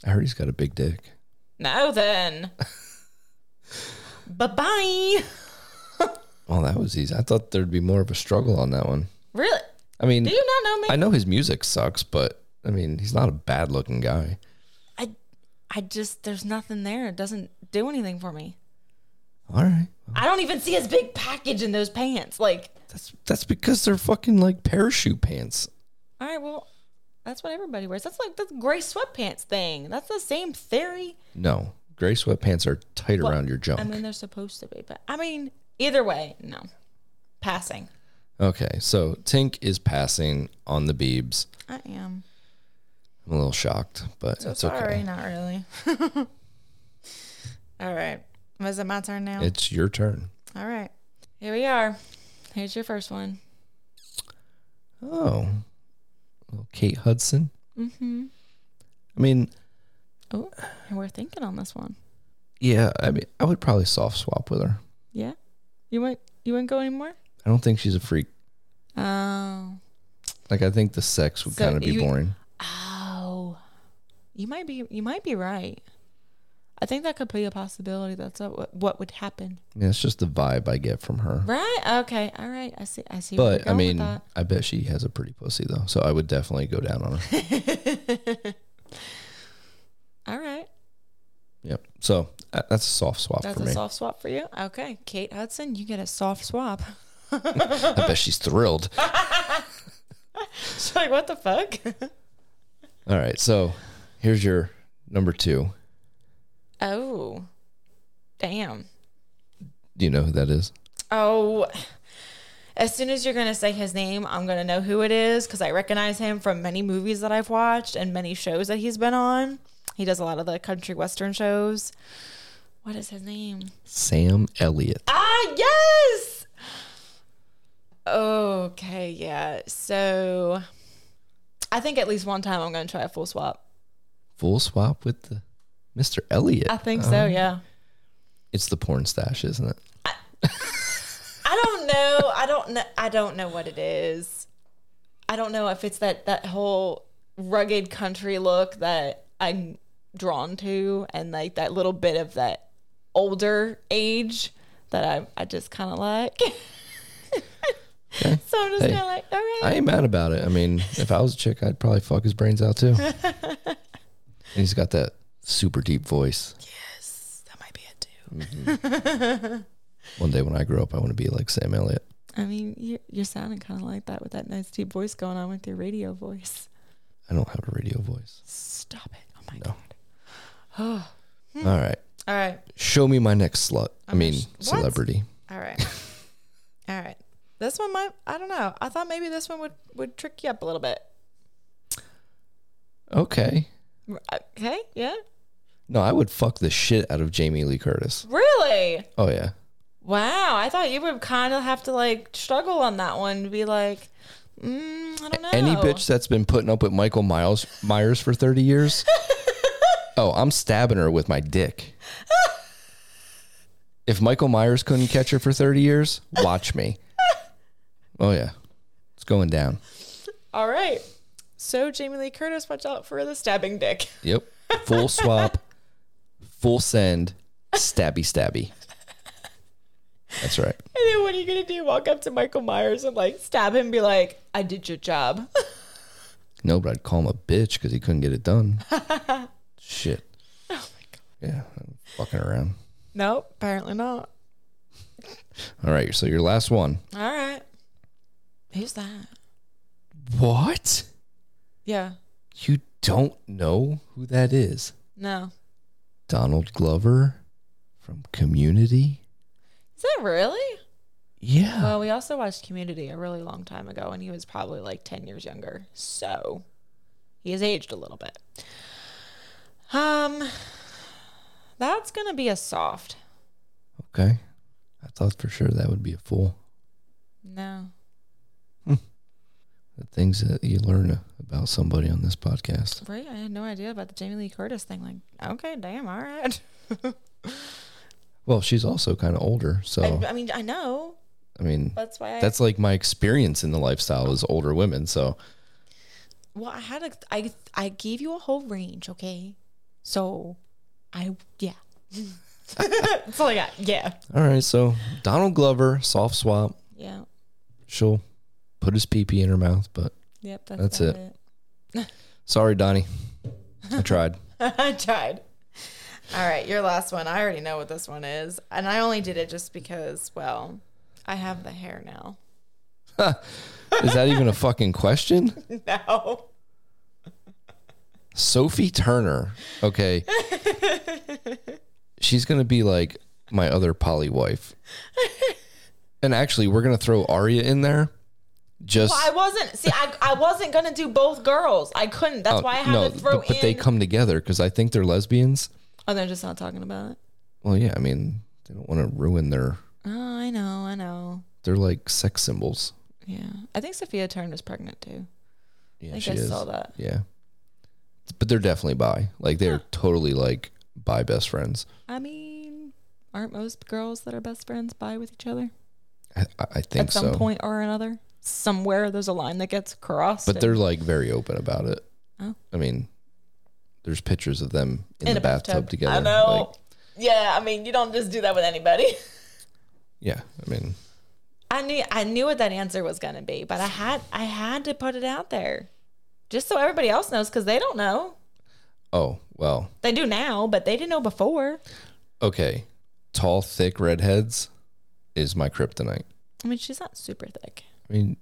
Speaker 1: I heard he's got a big dick.
Speaker 2: no. Then. bye bye.
Speaker 1: Oh, that was easy. I thought there'd be more of a struggle on that one.
Speaker 2: Really?
Speaker 1: I mean,
Speaker 2: Do you not know me?
Speaker 1: I know his music sucks, but I mean, he's not a bad looking guy.
Speaker 2: I, I just there's nothing there. It doesn't do anything for me.
Speaker 1: All right.
Speaker 2: I don't even see his big package in those pants. Like,
Speaker 1: That's that's because they're fucking like parachute pants.
Speaker 2: all right, well, that's what everybody wears. That's like the gray sweatpants thing. That's the same theory.
Speaker 1: No, gray sweatpants are tight around your junk.
Speaker 2: I mean, they're supposed to be, but I mean, either way, no. Passing.
Speaker 1: okay, so Tink is passing on the Beebs.
Speaker 2: I am.
Speaker 1: I'm a little shocked, but that's okay.
Speaker 2: Sorry, not really. all right. Was it my turn now?
Speaker 1: It's your turn.
Speaker 2: all right. Here we are. Here's your first one.
Speaker 1: Oh, little Kate Hudson. Mm-hmm. I mean,
Speaker 2: Oh, and we're thinking on this one.
Speaker 1: yeah. I mean, I would probably soft swap with her.
Speaker 2: Yeah. You wouldn't you wouldn't go anymore?
Speaker 1: I don't think she's a freak.
Speaker 2: Oh.
Speaker 1: Like, I think the sex would
Speaker 2: So
Speaker 1: kind of be
Speaker 2: you-
Speaker 1: boring.
Speaker 2: Oh, you might be you might be right. I think that could be a possibility. That's what what would happen,
Speaker 1: I mean, it's just the vibe I get from her.
Speaker 2: right? Okay, all right. I see. I see. where
Speaker 1: But
Speaker 2: you're going
Speaker 1: I
Speaker 2: with
Speaker 1: mean,
Speaker 2: that.
Speaker 1: I bet she has a pretty pussy though, so I would definitely go down on her.
Speaker 2: all right.
Speaker 1: yep. So uh, that's a soft swap
Speaker 2: That's
Speaker 1: for
Speaker 2: a
Speaker 1: me.
Speaker 2: soft swap for you. Okay, Kate Hudson, you get a soft swap.
Speaker 1: I bet she's thrilled.
Speaker 2: She's like, what the fuck?
Speaker 1: All right, so here's your number two.
Speaker 2: oh, damn.
Speaker 1: Do you know who that is?
Speaker 2: Oh, as soon as you're going to say his name, I'm going to know who it is because I recognize him from many movies that I've watched and many shows that he's been on. He does a lot of the country western shows. What is his name?
Speaker 1: Sam Elliott.
Speaker 2: Ah, yes. Okay, yeah. So I think at least one time I'm going to try a full swap.
Speaker 1: Full swap with the Mr. Elliott.
Speaker 2: I think so, yeah.
Speaker 1: It's the porn stash, isn't it?
Speaker 2: I don't know. I don't know. I don't know what it is. I don't know if it's that that whole rugged country look that I'm drawn to, and like that little bit of that older age that I I just kind of like. so I'm just
Speaker 1: Hey.
Speaker 2: kind of like, all right.
Speaker 1: I ain't mad about it. I mean, if I was a chick, I'd probably fuck his brains out too. and he's got that super deep voice. Yes. One day when I grow up, I want to be like Sam Elliott.
Speaker 2: I mean, you're, you're sounding kind of like that with that nice deep voice going on with your radio voice.
Speaker 1: I don't have a radio voice.
Speaker 2: Stop it. Oh my
Speaker 1: No.
Speaker 2: God. Oh.
Speaker 1: All right.
Speaker 2: All right.
Speaker 1: Show me my next slut. I
Speaker 2: I'm
Speaker 1: mean,
Speaker 2: sh- what?
Speaker 1: celebrity.
Speaker 2: All right. All right. This one might, I don't know. I thought maybe this one would, would trick you up a little bit.
Speaker 1: Okay.
Speaker 2: uh, Okay. Yeah.
Speaker 1: No, I would fuck the shit out of Jamie Lee Curtis.
Speaker 2: Really?
Speaker 1: Oh, yeah.
Speaker 2: Wow. I thought you would kind of have to like struggle on that one to be like, mm, I don't know.
Speaker 1: Any bitch that's been putting up with Michael Miles Myers for 30 years. oh, I'm stabbing her with my dick. if Michael Myers couldn't catch her for 30 years, watch me. Oh yeah. It's going down.
Speaker 2: All right. So, Jamie Lee Curtis, watch out for the stabbing dick.
Speaker 1: Yep. Full swap. full send. Stabby stabby. That's right.
Speaker 2: And then what are you going to do? Walk up to Michael Myers and like stab him and be like, I did your job.
Speaker 1: No, but I'd call him a bitch because he couldn't get it done. Shit. Oh my god. Yeah, I'm fucking around.
Speaker 2: nope. Apparently not.
Speaker 1: All right, so your last one.
Speaker 2: All right. Who's that?
Speaker 1: What?
Speaker 2: Yeah.
Speaker 1: You don't know who that is?
Speaker 2: No.
Speaker 1: Donald Glover from Community?
Speaker 2: Is that really?
Speaker 1: Yeah.
Speaker 2: Well, we also watched Community a really long time ago, and he was probably like 10 years younger. So he has aged a little bit. Um, that's going to be a soft.
Speaker 1: Okay. I thought for sure that would be a fool.
Speaker 2: No.
Speaker 1: The things that you learn about somebody on this podcast.
Speaker 2: Right? I had no idea about the Jamie Lee Curtis thing. Like, okay, damn, all right.
Speaker 1: Well, she's also kind of older, so
Speaker 2: I, I mean, I know.
Speaker 1: I mean,
Speaker 2: That's why I.
Speaker 1: Oh. that's like my experience in the lifestyle is older women. So
Speaker 2: well, I had a. I, I gave you a whole range, okay? So I. Yeah. that's all I got. Yeah.
Speaker 1: All right, so Donald Glover, soft swap.
Speaker 2: Yeah.
Speaker 1: She'll put his pee pee in her mouth, but
Speaker 2: Yep. That's,
Speaker 1: That's
Speaker 2: about
Speaker 1: it. sorry, Donnie. I tried.
Speaker 2: I tried. All right, your last one. I already know what this one is. And I only did it just because, well, I have the hair now.
Speaker 1: Is that even a fucking question?
Speaker 2: No.
Speaker 1: Sophie Turner. Okay. She's going to be like my other poly wife. And actually, we're going to throw Aria in there. Just
Speaker 2: I wasn't see I, I wasn't gonna do both girls. I couldn't. That's why I had
Speaker 1: Oh, no,
Speaker 2: to throw
Speaker 1: but, but
Speaker 2: in
Speaker 1: they come together because I think they're lesbians.
Speaker 2: Oh, they're just not talking about it.
Speaker 1: Well, yeah, I mean, they don't want to ruin their.
Speaker 2: Oh, I know, I know.
Speaker 1: They're like sex symbols.
Speaker 2: Yeah. I think Sophia Turner's pregnant too.
Speaker 1: Yeah,
Speaker 2: I think
Speaker 1: she
Speaker 2: I
Speaker 1: is.
Speaker 2: saw that.
Speaker 1: Yeah, but they're definitely bi. Like they're totally like bi best friends.
Speaker 2: I mean, aren't most girls that are best friends by with each other?
Speaker 1: I, I I think
Speaker 2: At some
Speaker 1: so.
Speaker 2: point or another? Somewhere there's a line that gets crossed.
Speaker 1: But
Speaker 2: and-
Speaker 1: they're like very open about it.
Speaker 2: Oh.
Speaker 1: I mean, there's pictures of them in,
Speaker 2: in
Speaker 1: the
Speaker 2: a
Speaker 1: bathtub, together.
Speaker 2: I know.
Speaker 1: Like,
Speaker 2: yeah, I mean, you don't just do that with anybody.
Speaker 1: yeah, I mean,
Speaker 2: I knew I knew what that answer was going to be, but I had I had to put it out there, just so everybody else knows because they don't know.
Speaker 1: oh well,
Speaker 2: They do now, but they didn't know before.
Speaker 1: okay. Tall, thick redheads is my kryptonite.
Speaker 2: I mean, she's not super thick.
Speaker 1: I mean,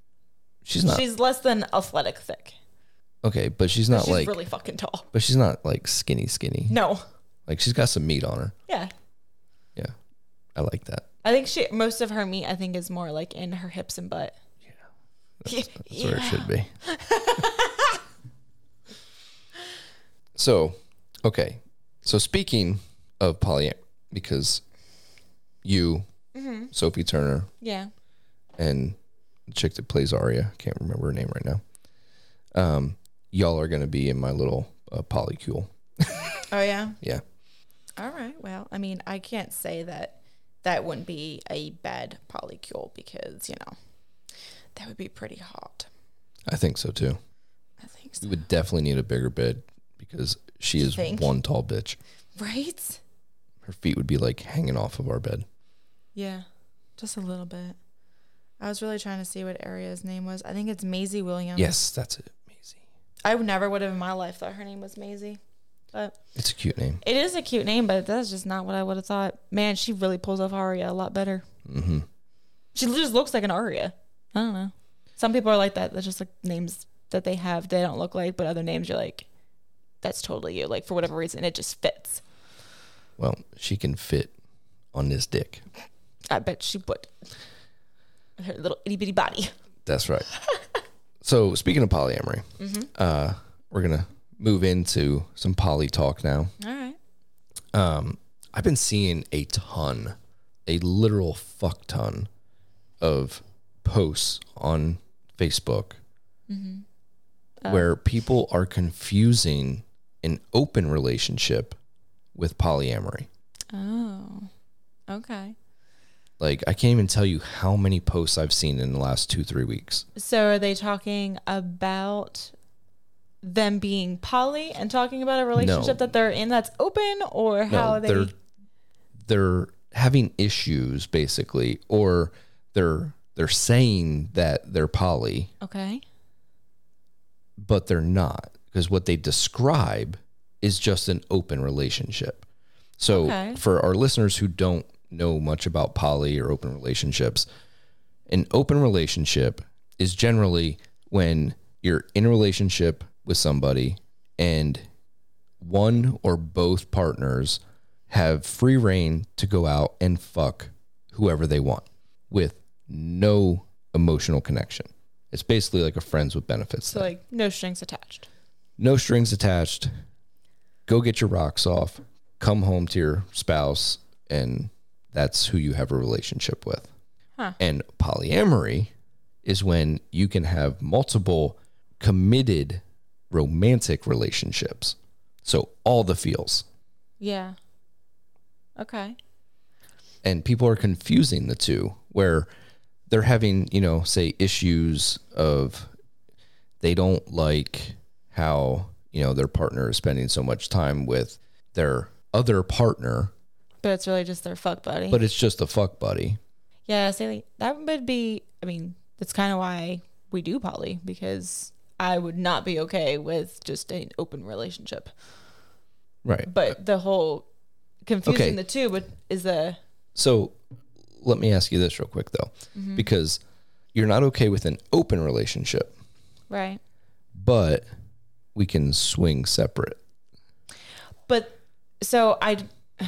Speaker 1: she's not
Speaker 2: She's less than athletic thick.
Speaker 1: okay, but she's not
Speaker 2: she's
Speaker 1: like,
Speaker 2: really fucking tall.
Speaker 1: but she's not like skinny, skinny.
Speaker 2: No,
Speaker 1: Like she's got some meat on her.
Speaker 2: yeah.
Speaker 1: Yeah, I like that.
Speaker 2: I think she most of her meat I think is more like in her hips and butt. Yeah,
Speaker 1: That's where it should be. so, okay. So, speaking of poly, because you, Sophie Turner,
Speaker 2: yeah.
Speaker 1: and the chick that plays Arya, can't remember her name right now, um, y'all are going to be in my little uh, polycule.
Speaker 2: Oh yeah.
Speaker 1: Yeah.
Speaker 2: All right. Well, I mean, I can't say that that wouldn't be a bad polycule because, you know, that would be pretty hot.
Speaker 1: I think so too.
Speaker 2: I think
Speaker 1: We
Speaker 2: so.
Speaker 1: would definitely need a bigger bed because she is
Speaker 2: think?
Speaker 1: one tall bitch.
Speaker 2: Right?
Speaker 1: Her feet would be like hanging off of our bed.
Speaker 2: Yeah. Just a little bit. I was really trying to see what Aria's name was. I think it's Maisie Williams.
Speaker 1: Yes, that's it. Maisie.
Speaker 2: I would never would have in my life thought her name was Maisie. But
Speaker 1: It's a cute name.
Speaker 2: it is a cute name, but that's just not what I would have thought. Man, she really pulls off Aria a lot better.
Speaker 1: Mm-hmm.
Speaker 2: She just looks like an Aria. I don't know. Some people are like that. That's just like names that they have. They don't look like, but other names you're like, that's totally you. Like for whatever reason, it just fits.
Speaker 1: Well, she can fit on this dick.
Speaker 2: I bet she would. With Her little itty bitty body.
Speaker 1: That's right. so speaking of polyamory, uh, we're gonna move into some poly talk now.
Speaker 2: All right.
Speaker 1: Um, I've been seeing a ton, a literal fuck ton, of posts on Facebook where people are confusing an open relationship with polyamory.
Speaker 2: Oh, okay.
Speaker 1: Like I can't even tell you how many posts I've seen in the last two three weeks.
Speaker 2: So are they talking about them being poly and talking about a relationship that they're in that's open, or how they?
Speaker 1: they're they're having issues basically, or they're they're saying that they're poly,
Speaker 2: okay.
Speaker 1: but they're not because what they describe is just an open relationship. So
Speaker 2: Okay.
Speaker 1: for our listeners who don't know much about poly or open relationships, an open relationship is generally when you're in a relationship with somebody and one or both partners have free reign to go out and fuck whoever they want with no emotional connection. It's basically like a friends with benefits.
Speaker 2: So like no strings attached.
Speaker 1: no strings attached. Go get your rocks off. Come home to your spouse, and that's who you have a relationship with.
Speaker 2: Huh.
Speaker 1: And polyamory is when you can have multiple committed romantic relationships. So all the feels.
Speaker 2: Yeah. Okay.
Speaker 1: and people are confusing the two where they're having you know say issues of they don't like how you know their partner is spending so much time with their other partner
Speaker 2: But it's really just their fuck buddy.
Speaker 1: but it's just a fuck buddy
Speaker 2: yeah, see like, that would be I mean, that's kinda why we do poly, because I would not be okay with just an open relationship.
Speaker 1: right
Speaker 2: But the whole confusing
Speaker 1: Uh, Okay.
Speaker 2: the two would is a
Speaker 1: so let me ask you this real quick though because you're not okay with an open relationship
Speaker 2: right.
Speaker 1: but we can swing separate
Speaker 2: But so I.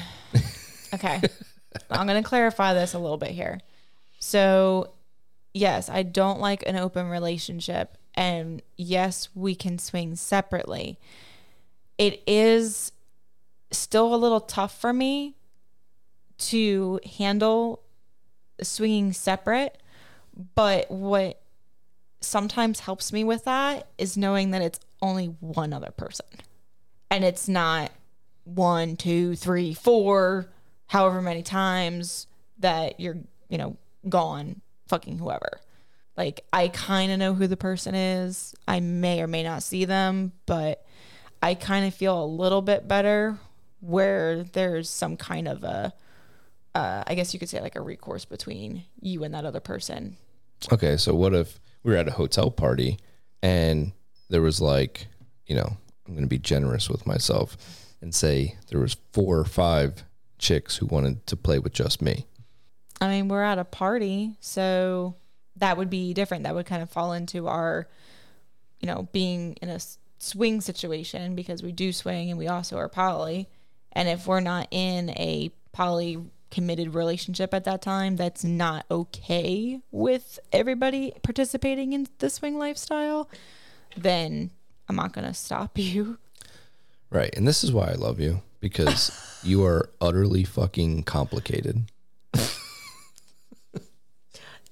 Speaker 2: Okay. I'm going to clarify this a little bit here. So, yes, I don't like an open relationship. And yes, we can swing separately. It is still a little tough for me to handle swinging separate. But what sometimes helps me with that is knowing that it's only one other person and it's not one, two, three, four, however many times that you're, you know, gone fucking whoever. Like I kind of know who the person is. I may or may not see them, but I kind of feel a little bit better where there's some kind of a uh, I guess you could say like a recourse between you and that other person.
Speaker 1: Okay, so what if we were at a hotel party and there was like, you know, I'm going to be generous with myself and say there was four or five chicks who wanted to play with just me.
Speaker 2: I mean, we're at a party, so that would be different. That would kind of fall into our, you know, being in a s- swing situation because we do swing and we also are poly. And if we're not in a poly committed relationship at that time, that's not okay with everybody participating in the swing lifestyle, then I'm not going to stop you.
Speaker 1: Right. And this is why I love you because you are utterly fucking complicated.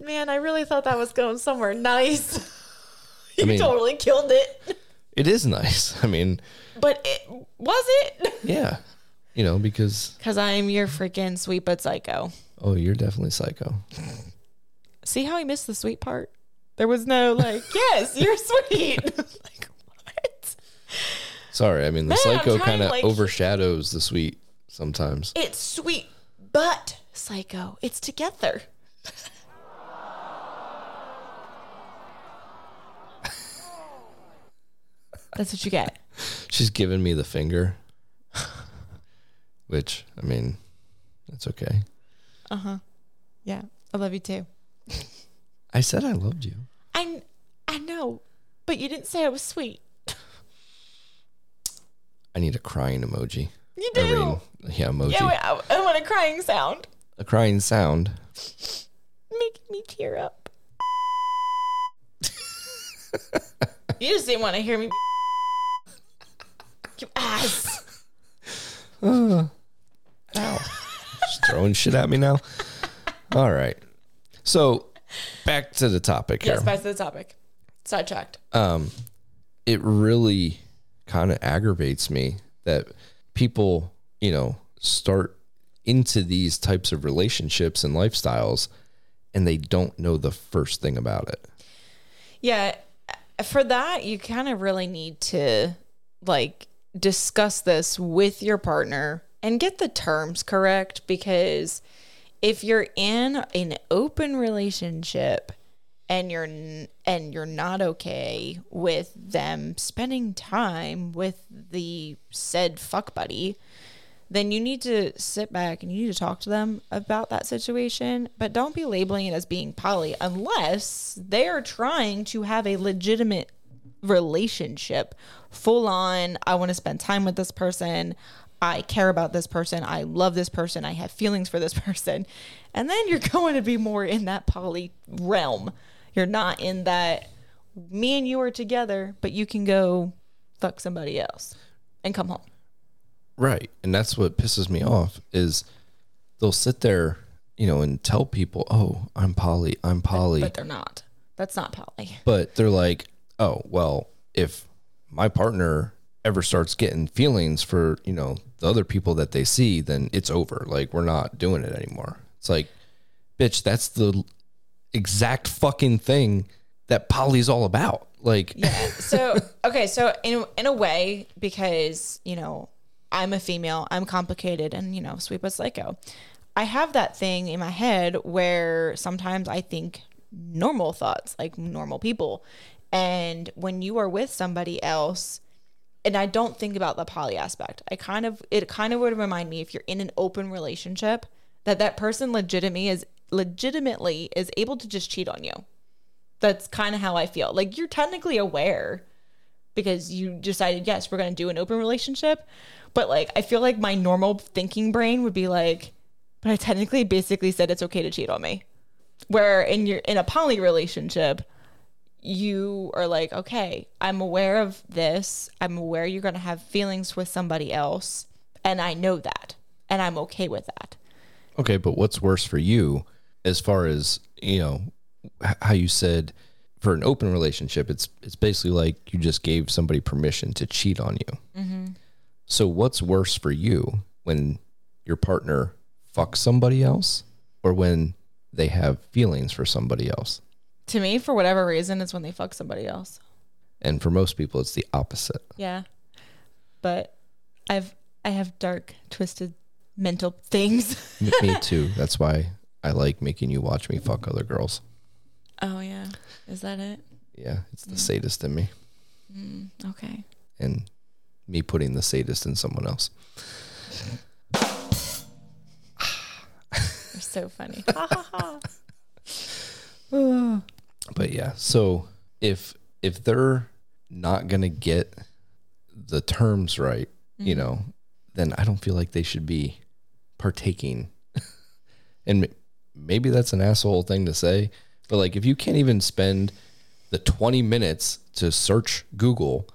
Speaker 2: Man, I really thought that was going somewhere nice. you
Speaker 1: mean-
Speaker 2: totally killed it.
Speaker 1: It is nice. I mean,
Speaker 2: But it was it?
Speaker 1: yeah. You know, because
Speaker 2: Because I'm your freaking sweet but psycho.
Speaker 1: oh, you're definitely psycho.
Speaker 2: See how I missed the sweet part? There was no like, yes, you're sweet. like what?
Speaker 1: Sorry. I mean, the
Speaker 2: Man, I'm
Speaker 1: psycho
Speaker 2: trying,
Speaker 1: kind of
Speaker 2: like-
Speaker 1: overshadows the sweet sometimes.
Speaker 2: It's sweet but psycho. It's together. That's what you get.
Speaker 1: She's giving me the finger. which I mean, that's okay.
Speaker 2: Uh huh. Yeah. I love you too.
Speaker 1: I said I loved you.
Speaker 2: I, kn- I know, but you didn't say I was sweet.
Speaker 1: I need a crying emoji.
Speaker 2: You
Speaker 1: I
Speaker 2: do.
Speaker 1: mean, yeah, emoji.
Speaker 2: yeah, wait, I, I want a crying sound.
Speaker 1: a crying sound.
Speaker 2: Make me tear up. you just didn't want to hear me. You ass.
Speaker 1: Uh. Just throwing shit at me now. All right. So back to the topic here.
Speaker 2: Yes, back to the topic. Sidetracked.
Speaker 1: um, it really kind of aggravates me that people, you know, start into these types of relationships and lifestyles and they don't know the first thing about it.
Speaker 2: Yeah, for that you kind of really need to like discuss this with your partner and get the terms correct because if you're in an open relationship and you're n- and you're not okay with them spending time with the said fuck buddy then you need to sit back and you need to talk to them about that situation. But don't be labeling it as being poly unless they are trying to have a legitimate relationship, full on. I want to spend time with this person. I care about this person. I love this person. I have feelings for this person. And then you're going to be more in that poly realm. You're not in that me and you are together, but you can go fuck somebody else and come home.
Speaker 1: Right. And that's what pisses me off is they'll sit there, you know, and tell people, "Oh, I'm poly, I'm poly."
Speaker 2: But they're not. That's not poly.
Speaker 1: but they're like, oh, well, if my partner ever starts getting feelings for, you know, the other people that they see, then it's over. Like, we're not doing it anymore. It's like, bitch, that's the exact fucking thing that poly's all about. Like,
Speaker 2: so okay so in in a way because you know i'm a female i'm complicated and you know sweet but psycho i have that thing in my head where sometimes i think normal thoughts like normal people and when you are with somebody else and i don't think about the poly aspect i kind of it kind of would remind me if you're in an open relationship that that person legitimately is legitimately is able to just cheat on you that's kind of how I feel. Like you're technically aware because you decided, yes, we're going to do an open relationship. But like, I feel like my normal thinking brain would be like, but I technically basically said it's okay to cheat on me. Where in your in a poly relationship, you are like, okay, I'm aware of this. I'm aware you're going to have feelings with somebody else, and I know that, and I'm okay with that.
Speaker 1: Okay, but what's worse for you as far as, you know, h- how you said for an open relationship, it's it's basically like you just gave somebody permission to cheat on you. So what's worse for you when your partner fucks somebody else or when they have feelings for somebody else?
Speaker 2: To me, for whatever reason, it's when they fuck somebody else.
Speaker 1: And for most people it's the opposite.
Speaker 2: Yeah. But I've I have dark twisted mental things.
Speaker 1: M- me too. That's why I like making you watch me fuck other girls.
Speaker 2: Oh yeah. Is that it? Mm,
Speaker 1: Yeah, it's the sadist in me
Speaker 2: Okay.
Speaker 1: and me putting the sadist in someone else.
Speaker 2: You're so funny.
Speaker 1: but yeah so if if they're not gonna get the terms right you know then i don't feel like they should be partaking and m- maybe that's an asshole thing to say but like if you can't even spend the 20 minutes to search google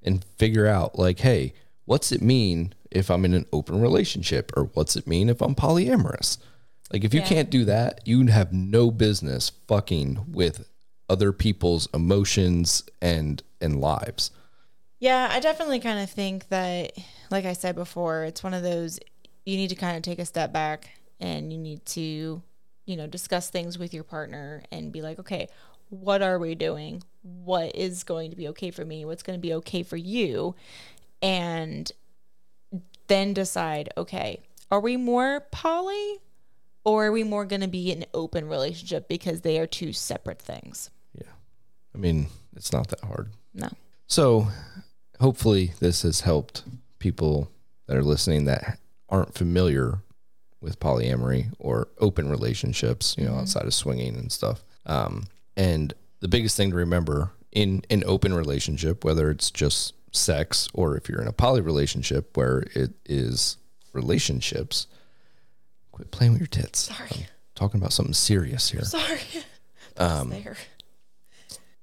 Speaker 1: and figure out like hey what's it mean if i'm in an open relationship or what's it mean if i'm polyamorous like if you can't do that you have no business fucking with other people's emotions and and lives
Speaker 2: yeah, I definitely kind of think that like I said before, it's one of those you need to kind of take a step back and you need to, you know, discuss things with your partner and be like, "Okay, what are we doing? What is going to be okay for me? What's going to be okay for you?" And then decide okay are we more poly or are we more going to be in an open relationship because they are two separate things
Speaker 1: i mean it's not that hard
Speaker 2: no
Speaker 1: so hopefully this has helped people that are listening that aren't familiar with polyamory or open relationships, you know, outside of swinging and stuff. Um, and the biggest thing to remember in an open relationship, whether it's just sex or if you're in a poly relationship where it is relationships, quit playing with your tits.
Speaker 2: Sorry.
Speaker 1: I'm talking about something serious here.
Speaker 2: Sorry. Um, there.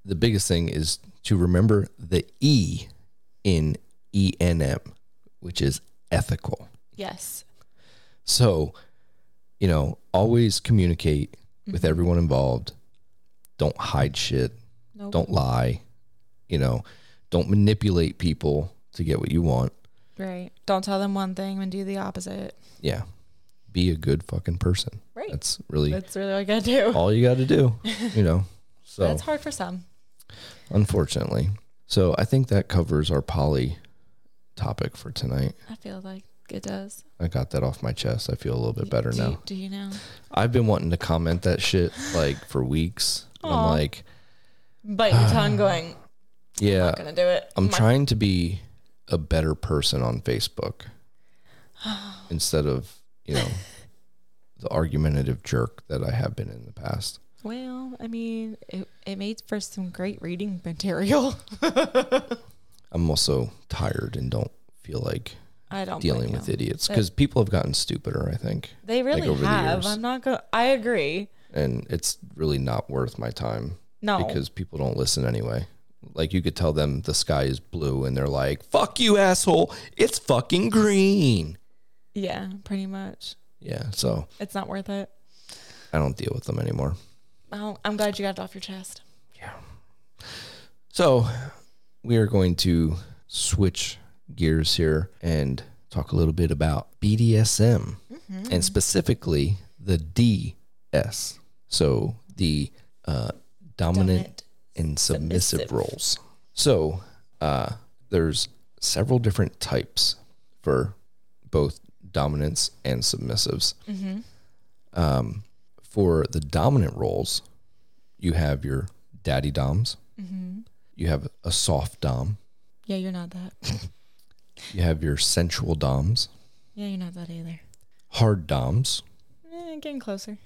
Speaker 1: the biggest thing is to remember the E in ENM, which is ethical.
Speaker 2: Yes.
Speaker 1: So, you know, always communicate with
Speaker 2: Mm-hmm.
Speaker 1: everyone involved. Don't hide shit.
Speaker 2: Nope.
Speaker 1: Don't lie. You know, don't manipulate people to get what you want.
Speaker 2: Right. Don't tell them one thing and do the opposite.
Speaker 1: Yeah. Be a good fucking person.
Speaker 2: Right.
Speaker 1: That's really
Speaker 2: That's really all I gotta do.
Speaker 1: all you got to do, you know. So,
Speaker 2: That's hard for some.
Speaker 1: unfortunately. So, I think that covers our poly topic for tonight.
Speaker 2: I feel like it does.
Speaker 1: I got that off my chest. I feel a little bit better
Speaker 2: do,
Speaker 1: now.
Speaker 2: You, do you know?
Speaker 1: I've been wanting to comment that shit like for weeks. And I'm
Speaker 2: Aw.
Speaker 1: like,
Speaker 2: Bite your tongue, going.
Speaker 1: yeah,
Speaker 2: Not gonna do it.
Speaker 1: I'm
Speaker 2: My-
Speaker 1: trying to be a better person on Facebook instead of, you know, the argumentative jerk that I have been in the past.
Speaker 2: Well, I mean, it, it made for some great reading material.
Speaker 1: I'm also tired and don't feel like
Speaker 2: I don't
Speaker 1: dealing
Speaker 2: blame
Speaker 1: with
Speaker 2: you.
Speaker 1: idiots because people have gotten stupider, I think.
Speaker 2: They really
Speaker 1: over the
Speaker 2: have.
Speaker 1: years.
Speaker 2: I'm not gonna. I agree.
Speaker 1: And it's really not worth my time
Speaker 2: No,
Speaker 1: because people don't listen anyway. Like you could tell them the sky is blue and they're like, fuck you, asshole. It's fucking green.
Speaker 2: yeah, pretty much.
Speaker 1: Yeah. So
Speaker 2: It's not worth it.
Speaker 1: I don't deal with them anymore.
Speaker 2: Oh, I'm glad you got it off your chest.
Speaker 1: So we are going to switch gears here and talk a little bit about BDSM and specifically the DS. So the uh, dominant
Speaker 2: Dominant
Speaker 1: and submissive,
Speaker 2: submissive.
Speaker 1: roles. So uh, there's several different types for both dominants and submissives. Um, for the dominant roles, you have your daddy doms, you have a soft dom,
Speaker 2: Mm-hmm. Yeah, you're not that.
Speaker 1: you have your sensual doms,
Speaker 2: Yeah, you're not that either.
Speaker 1: hard doms,
Speaker 2: Eh, getting closer.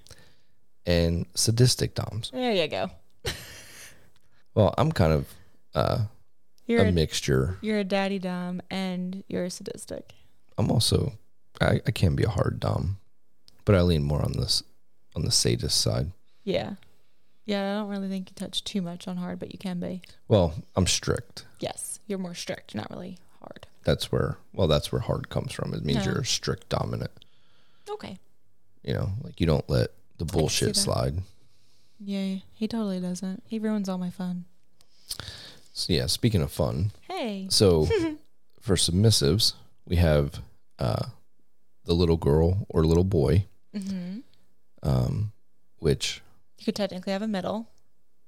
Speaker 1: and sadistic doms.
Speaker 2: There you go.
Speaker 1: Well, I'm kind of uh,
Speaker 2: You're
Speaker 1: a
Speaker 2: a,
Speaker 1: mixture.
Speaker 2: you're a daddy dom and you're a sadistic.
Speaker 1: I'm also I, I can be a hard dom, but I lean more on this on the sadist side.
Speaker 2: Yeah, yeah. I don't really think you touch too much on hard, but you can be.
Speaker 1: Well, I'm strict.
Speaker 2: Yes, you're more strict, not really hard.
Speaker 1: That's where well that's where hard comes from. It means
Speaker 2: Yeah.
Speaker 1: you're a strict dominant.
Speaker 2: Okay.
Speaker 1: You know, like you don't let the bullshit
Speaker 2: that.
Speaker 1: slide.
Speaker 2: Yeah, he totally doesn't. He ruins all my fun.
Speaker 1: So, yeah, speaking of fun,
Speaker 2: Hey.
Speaker 1: so for submissives, we have uh, the little girl or little boy,
Speaker 2: Mm-hmm.
Speaker 1: um, which
Speaker 2: You could technically have a middle.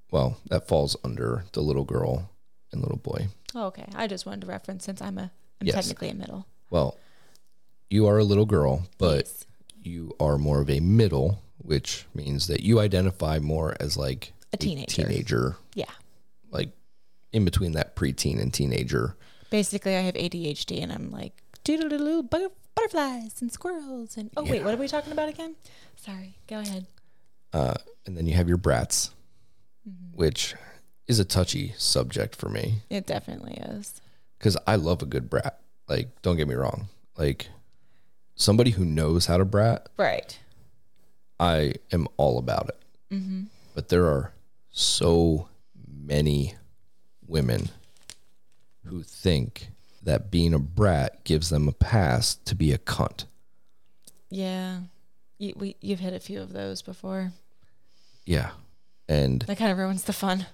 Speaker 1: well that falls under the little girl and little boy.
Speaker 2: Oh, okay. I just wanted to reference since I'm a I'm
Speaker 1: Yes.
Speaker 2: technically a middle.
Speaker 1: Well, you are a little girl, but
Speaker 2: Yes.
Speaker 1: you are more of a middle, which means that you identify more as like
Speaker 2: A teenager.
Speaker 1: teenager,
Speaker 2: yeah.
Speaker 1: like in between that preteen and teenager.
Speaker 2: Basically, I have ADHD and I'm like doodle butter- butterflies and squirrels and oh wait, what are we talking about again? Sorry. Go ahead.
Speaker 1: Uh, and then you have your brats,
Speaker 2: Mm-hmm.
Speaker 1: which is a touchy subject for me
Speaker 2: It definitely is.
Speaker 1: because I love a good brat. Like, don't get me wrong. Like, somebody who knows how to brat,
Speaker 2: Right.
Speaker 1: I am all about it.
Speaker 2: Mm-hmm.
Speaker 1: But there are so many women who think that being a brat gives them a pass to be a cunt.
Speaker 2: Yeah. You, we, you've hit a few of those before.
Speaker 1: Yeah. And
Speaker 2: That kind of ruins the fun.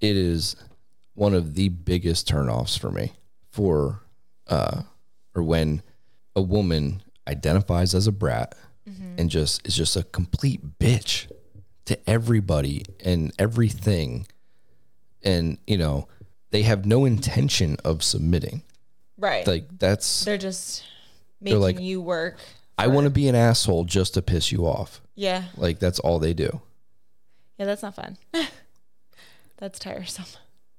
Speaker 1: it is one of the biggest turnoffs for me for uh or when a woman identifies as a brat and just is just a complete bitch to everybody and everything and you know they have no intention of submitting
Speaker 2: Right.
Speaker 1: like that's
Speaker 2: They're just making
Speaker 1: like-
Speaker 2: you work.
Speaker 1: i want to be an asshole just to piss you off
Speaker 2: Yeah.
Speaker 1: like that's all they do
Speaker 2: Yeah, that's not fun. that's tiresome.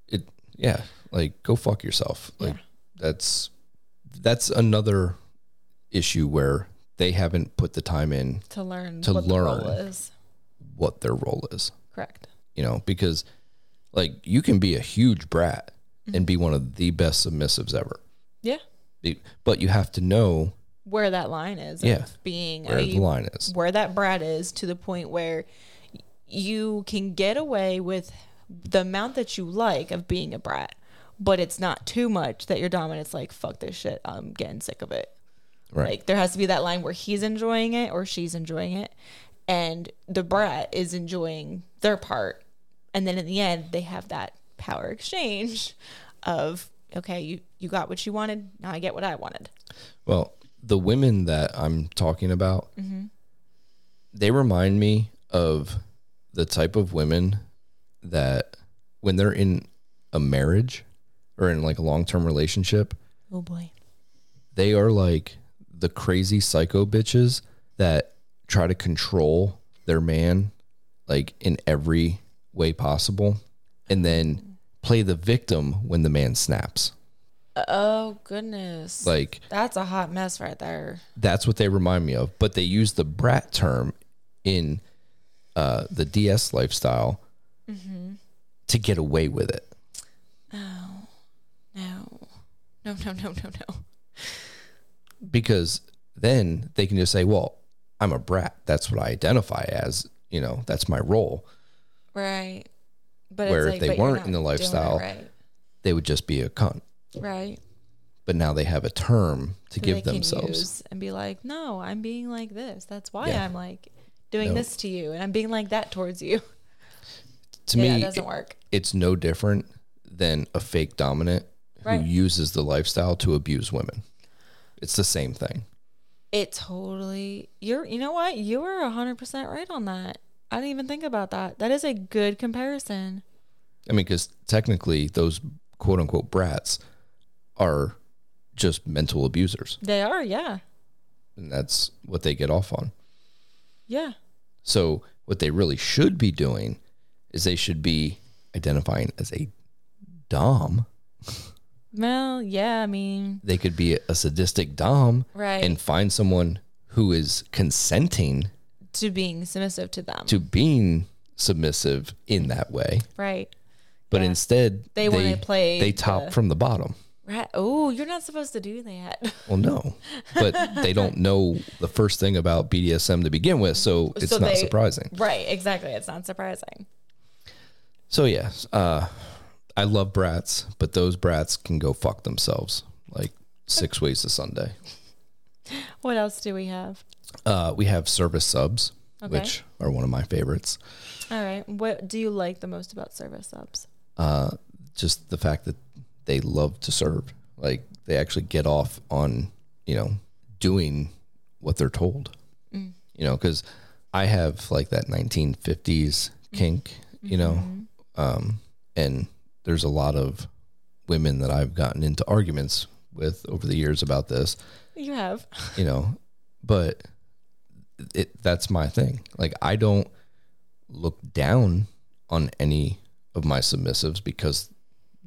Speaker 1: it yeah like go fuck yourself like that's that's another issue where they haven't put the time in
Speaker 2: to learn
Speaker 1: To
Speaker 2: what the role
Speaker 1: learn.
Speaker 2: is.
Speaker 1: what their role is.
Speaker 2: Correct.
Speaker 1: you know, because like you can be a huge brat and be one of the best submissives ever.
Speaker 2: Yeah.
Speaker 1: Be- But you have to know
Speaker 2: Where that line is
Speaker 1: Yeah.
Speaker 2: of being
Speaker 1: where
Speaker 2: a
Speaker 1: the line is.
Speaker 2: where that brat is to the point where y- you can get away with the amount that you like of being a brat, but it's not too much that your dominant's like, fuck this shit. I'm getting sick of it.
Speaker 1: Right.
Speaker 2: Like there has to be that line where he's enjoying it or she's enjoying it and the brat is enjoying their part. And then in the end they have that power exchange of okay, you you got what you wanted, now I get what I wanted.
Speaker 1: Well, the women that I'm talking about, they remind me of the type of women that when they're in a marriage or in like a long term relationship,
Speaker 2: Oh boy.
Speaker 1: they are like the crazy psycho bitches that try to control their man like in every way possible and then play the victim when the man snaps
Speaker 2: Oh goodness.
Speaker 1: like
Speaker 2: That's a hot mess right there.
Speaker 1: that's what they remind me of but they use the brat term in uh, the ds lifestyle
Speaker 2: Mm-hmm.
Speaker 1: to get away with it
Speaker 2: No. No, no, no, no, no.
Speaker 1: because then they can just say well i'm a brat that's what i identify as you know that's my role
Speaker 2: Right. But
Speaker 1: Where if
Speaker 2: it's like,
Speaker 1: they
Speaker 2: but you're
Speaker 1: weren't in
Speaker 2: not
Speaker 1: the
Speaker 2: doing it
Speaker 1: lifestyle,
Speaker 2: right.
Speaker 1: they would just be a cunt
Speaker 2: Right.
Speaker 1: but now they have a term to
Speaker 2: that
Speaker 1: give
Speaker 2: they can
Speaker 1: themselves.
Speaker 2: use and be like, no, I'm being like this. That's why
Speaker 1: Yeah.
Speaker 2: I'm like doing
Speaker 1: No.
Speaker 2: this to you, and I'm being like that towards you.
Speaker 1: To
Speaker 2: yeah,
Speaker 1: me,
Speaker 2: that doesn't
Speaker 1: it-
Speaker 2: work.
Speaker 1: it's no different than a fake dominant
Speaker 2: Right.
Speaker 1: who uses the lifestyle to abuse women. It's the same thing.
Speaker 2: It totally. You're. You know what? You were hundred percent right on that. I didn't even think about that. That is a good comparison.
Speaker 1: I mean, because technically, those quote unquote brats are just mental abusers,
Speaker 2: They are. Yeah.
Speaker 1: and that's what they get off on.
Speaker 2: Yeah.
Speaker 1: So, what they really should be doing is they should be identifying as a dom.
Speaker 2: Well. Yeah. I mean.
Speaker 1: They could be a sadistic dom
Speaker 2: Right.
Speaker 1: and find someone who is consenting
Speaker 2: to being submissive to them.
Speaker 1: to being submissive in that way,
Speaker 2: right.
Speaker 1: but instead
Speaker 2: They wanna play
Speaker 1: They top
Speaker 2: the-
Speaker 1: from the bottom.
Speaker 2: Right. Oh, you're not supposed to do that.
Speaker 1: Well, no, but they don't know the first thing about BDSM to begin with, so it's
Speaker 2: So
Speaker 1: not
Speaker 2: they-
Speaker 1: surprising.
Speaker 2: right. Exactly. It's not surprising.
Speaker 1: So yeah, uh, I love brats, but those brats can go fuck themselves like six ways to Sunday.
Speaker 2: What else do we have?
Speaker 1: Uh, we have service subs,
Speaker 2: Okay.
Speaker 1: which are one of my favorites.
Speaker 2: All right. What do you like the most about service subs?
Speaker 1: uh, just the fact that they love to serve. Like they actually get off on, you know, doing what they're told. You know, because I have like that 1950s kink, you know, um, and there's a lot of women that I've gotten into arguments with over the years about this,
Speaker 2: You have.
Speaker 1: you know, but it that's my thing. Like I don't look down on any of my submissives because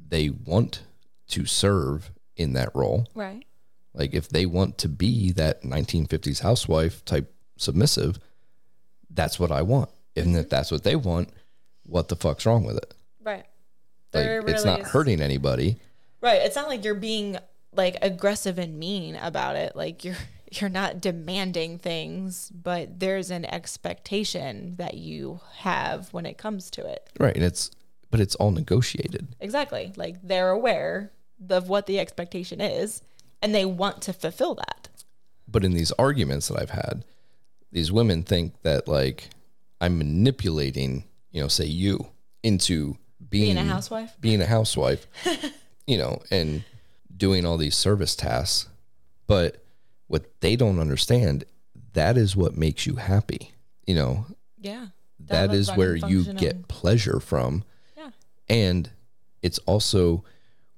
Speaker 1: they want to serve in that role.
Speaker 2: Right.
Speaker 1: Like if they want to be that 1950s housewife type submissive, that's what I want. And
Speaker 2: Mm-hmm.
Speaker 1: if that's what they want, what the fuck's wrong with it?
Speaker 2: Right.
Speaker 1: Like
Speaker 2: There
Speaker 1: it's
Speaker 2: really
Speaker 1: not
Speaker 2: is-
Speaker 1: hurting anybody.
Speaker 2: Right. It's not like you're being like aggressive and mean about it. Like you're you're not demanding things, but there's an expectation that you have when it comes to it.
Speaker 1: Right. And it's but it's all negotiated.
Speaker 2: Exactly. Like they're aware of what the expectation is and they want to fulfill that.
Speaker 1: but in these arguments that I've had, these women think that like I'm manipulating, you know, say you into being,
Speaker 2: Being a housewife?
Speaker 1: being a housewife, you know, and doing all these service tasks. But what they don't understand, that is what makes you happy. You know,
Speaker 2: Yeah.
Speaker 1: that is where you get pleasure from.
Speaker 2: Yeah.
Speaker 1: And it's also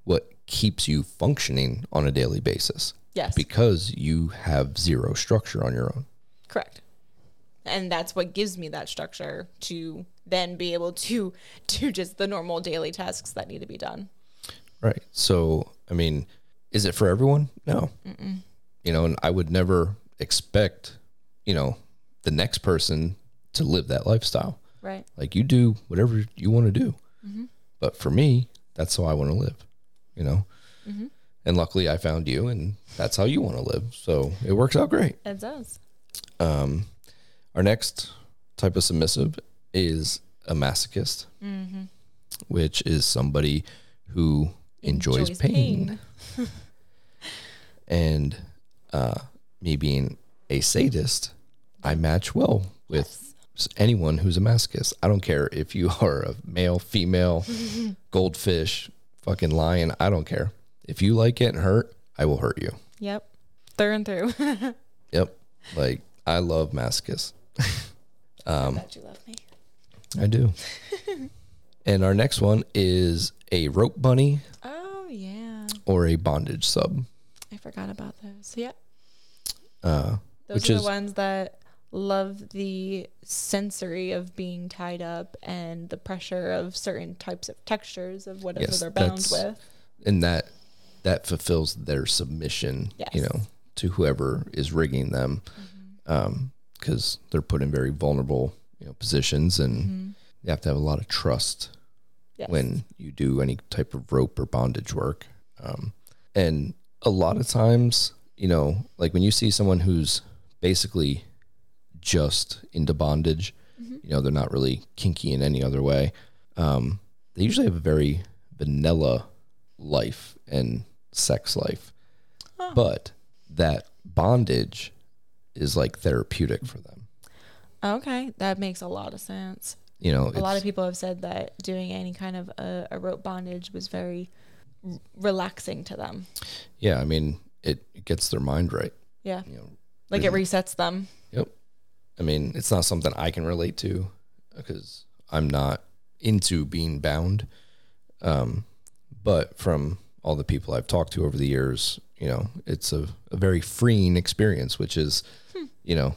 Speaker 1: what keeps you functioning on a daily basis
Speaker 2: Yes.
Speaker 1: because you have zero structure on your own.
Speaker 2: Correct. And that's what gives me that structure to then be able to do just the normal daily tasks that need to be done.
Speaker 1: Right. So, I mean, is it for everyone? No. you know, and I would never expect, you know, the next person to live that lifestyle.
Speaker 2: Right.
Speaker 1: Like you do whatever you want to do. But for me, that's how I want to live, you know? And luckily I found you and that's how you want to live. So it works out great.
Speaker 2: It does.
Speaker 1: Um, our next type of submissive is a masochist,
Speaker 2: Mm-hmm.
Speaker 1: which is somebody who enjoys,
Speaker 2: Enjoys
Speaker 1: pain.
Speaker 2: pain.
Speaker 1: and uh, me being a sadist, I match well with s anyone who's a masochist. I don't care if you are a male, female, goldfish, fucking lion. I don't care. If you like getting hurt, I will hurt you.
Speaker 2: Yep. Through and through.
Speaker 1: Yep. Like I love masochists. Um,
Speaker 2: I bet you love me.
Speaker 1: I do. and our next one is a rope bunny
Speaker 2: Oh yeah.
Speaker 1: or a bondage sub.
Speaker 2: I forgot about those. Yep.
Speaker 1: Uh,
Speaker 2: Those
Speaker 1: Which
Speaker 2: are
Speaker 1: is-
Speaker 2: the ones that love the sensory of being tied up and the pressure of certain types of textures of whatever
Speaker 1: Yes,
Speaker 2: they're bound
Speaker 1: that's-
Speaker 2: with.
Speaker 1: and that that fulfills their submission, you
Speaker 2: Yes. Mm-hmm.
Speaker 1: know, to whoever is rigging them, because they're put in very vulnerable you know, positions, and you have to have a lot of trust
Speaker 2: Mm-hmm. Yes.
Speaker 1: when you do any type of rope or bondage work. Um, and a lot of times, you know, like when you see someone who's basically just into bondage,
Speaker 2: Mm-hmm.
Speaker 1: you know, they're not really kinky in any other way. Um, they usually have a very vanilla life and sex life. But that bondage is like therapeutic for them.
Speaker 2: Okay, that makes a lot of sense.
Speaker 1: You know,
Speaker 2: A lot of people have said that doing any kind of a, a rope bondage was very r- relaxing to them.
Speaker 1: yeah, I mean, it, it gets their mind right.
Speaker 2: Yeah,
Speaker 1: You know,
Speaker 2: like it resets them.
Speaker 1: Yep. I mean, it's not something I can relate to because I'm not into being bound. Um, but from all the people I've talked to over the years, you know, it's a, a very freeing experience, which is,
Speaker 2: Hmm.
Speaker 1: you know,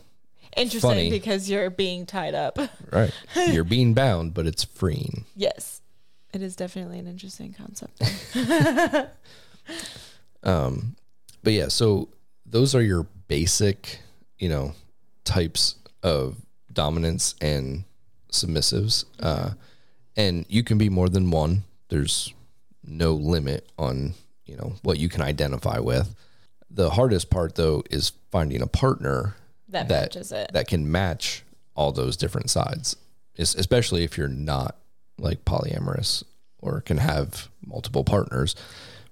Speaker 2: Interesting
Speaker 1: Funny.
Speaker 2: because you're being tied up.
Speaker 1: right. You're being bound, but it's freeing.
Speaker 2: yes, it is definitely an interesting concept.
Speaker 1: Um, but yeah, so those are your basic, you know, types of dominance and submissives. Uh, and you can be more than one. There's no limit on, you know, what you can identify with. The hardest part though is finding a partner
Speaker 2: That,
Speaker 1: That-
Speaker 2: matches it.
Speaker 1: that can match all those different sides, es- especially if you're not like polyamorous or can have multiple partners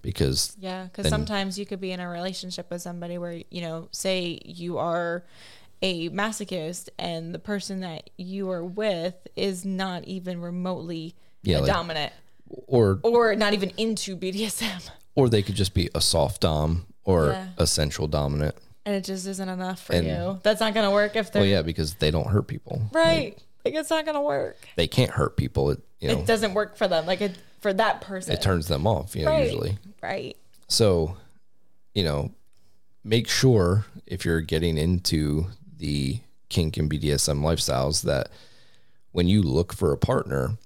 Speaker 1: because
Speaker 2: Yeah, because
Speaker 1: then-
Speaker 2: sometimes you could be in a relationship with somebody where, you know, say you are a masochist and the person that you are with is not even remotely
Speaker 1: Yeah,
Speaker 2: a
Speaker 1: like-
Speaker 2: dominant
Speaker 1: or
Speaker 2: or not even into BDSM.
Speaker 1: or they could just be a soft dom or
Speaker 2: Yeah.
Speaker 1: a central dominant.
Speaker 2: And it just isn't enough for
Speaker 1: And-
Speaker 2: you. That's not going to work if they're
Speaker 1: Well, yeah, because they don't hurt people.
Speaker 2: right. Like, it's not going to work.
Speaker 1: They can't hurt people. It you know
Speaker 2: It doesn't work for them. Like, it, for that person.
Speaker 1: it turns them off. You know
Speaker 2: right.
Speaker 1: usually.
Speaker 2: Right.
Speaker 1: So, you know, make sure if you're getting into the kink and BDSM lifestyles that when you look for a partner,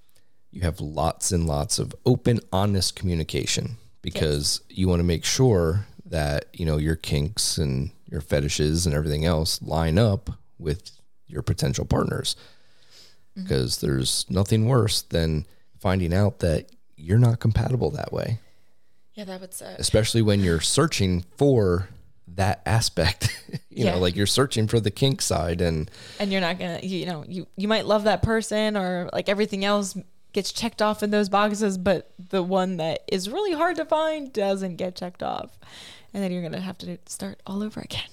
Speaker 1: you have lots and lots of open, honest communication because you want to make sure that, you know, your kinks and your fetishes and everything else line up with your potential partners. Because there's nothing worse than finding out that you're not compatible that way
Speaker 2: Yeah, that would suck.
Speaker 1: especially when you're searching for that aspect. you
Speaker 2: Yeah.
Speaker 1: know, like you're searching for the kink side and
Speaker 2: and you're not gonna you, you know you you might love that person or like everything else gets checked off in those boxes but the one that is really hard to find doesn't get checked off and then you're gonna have to start all over again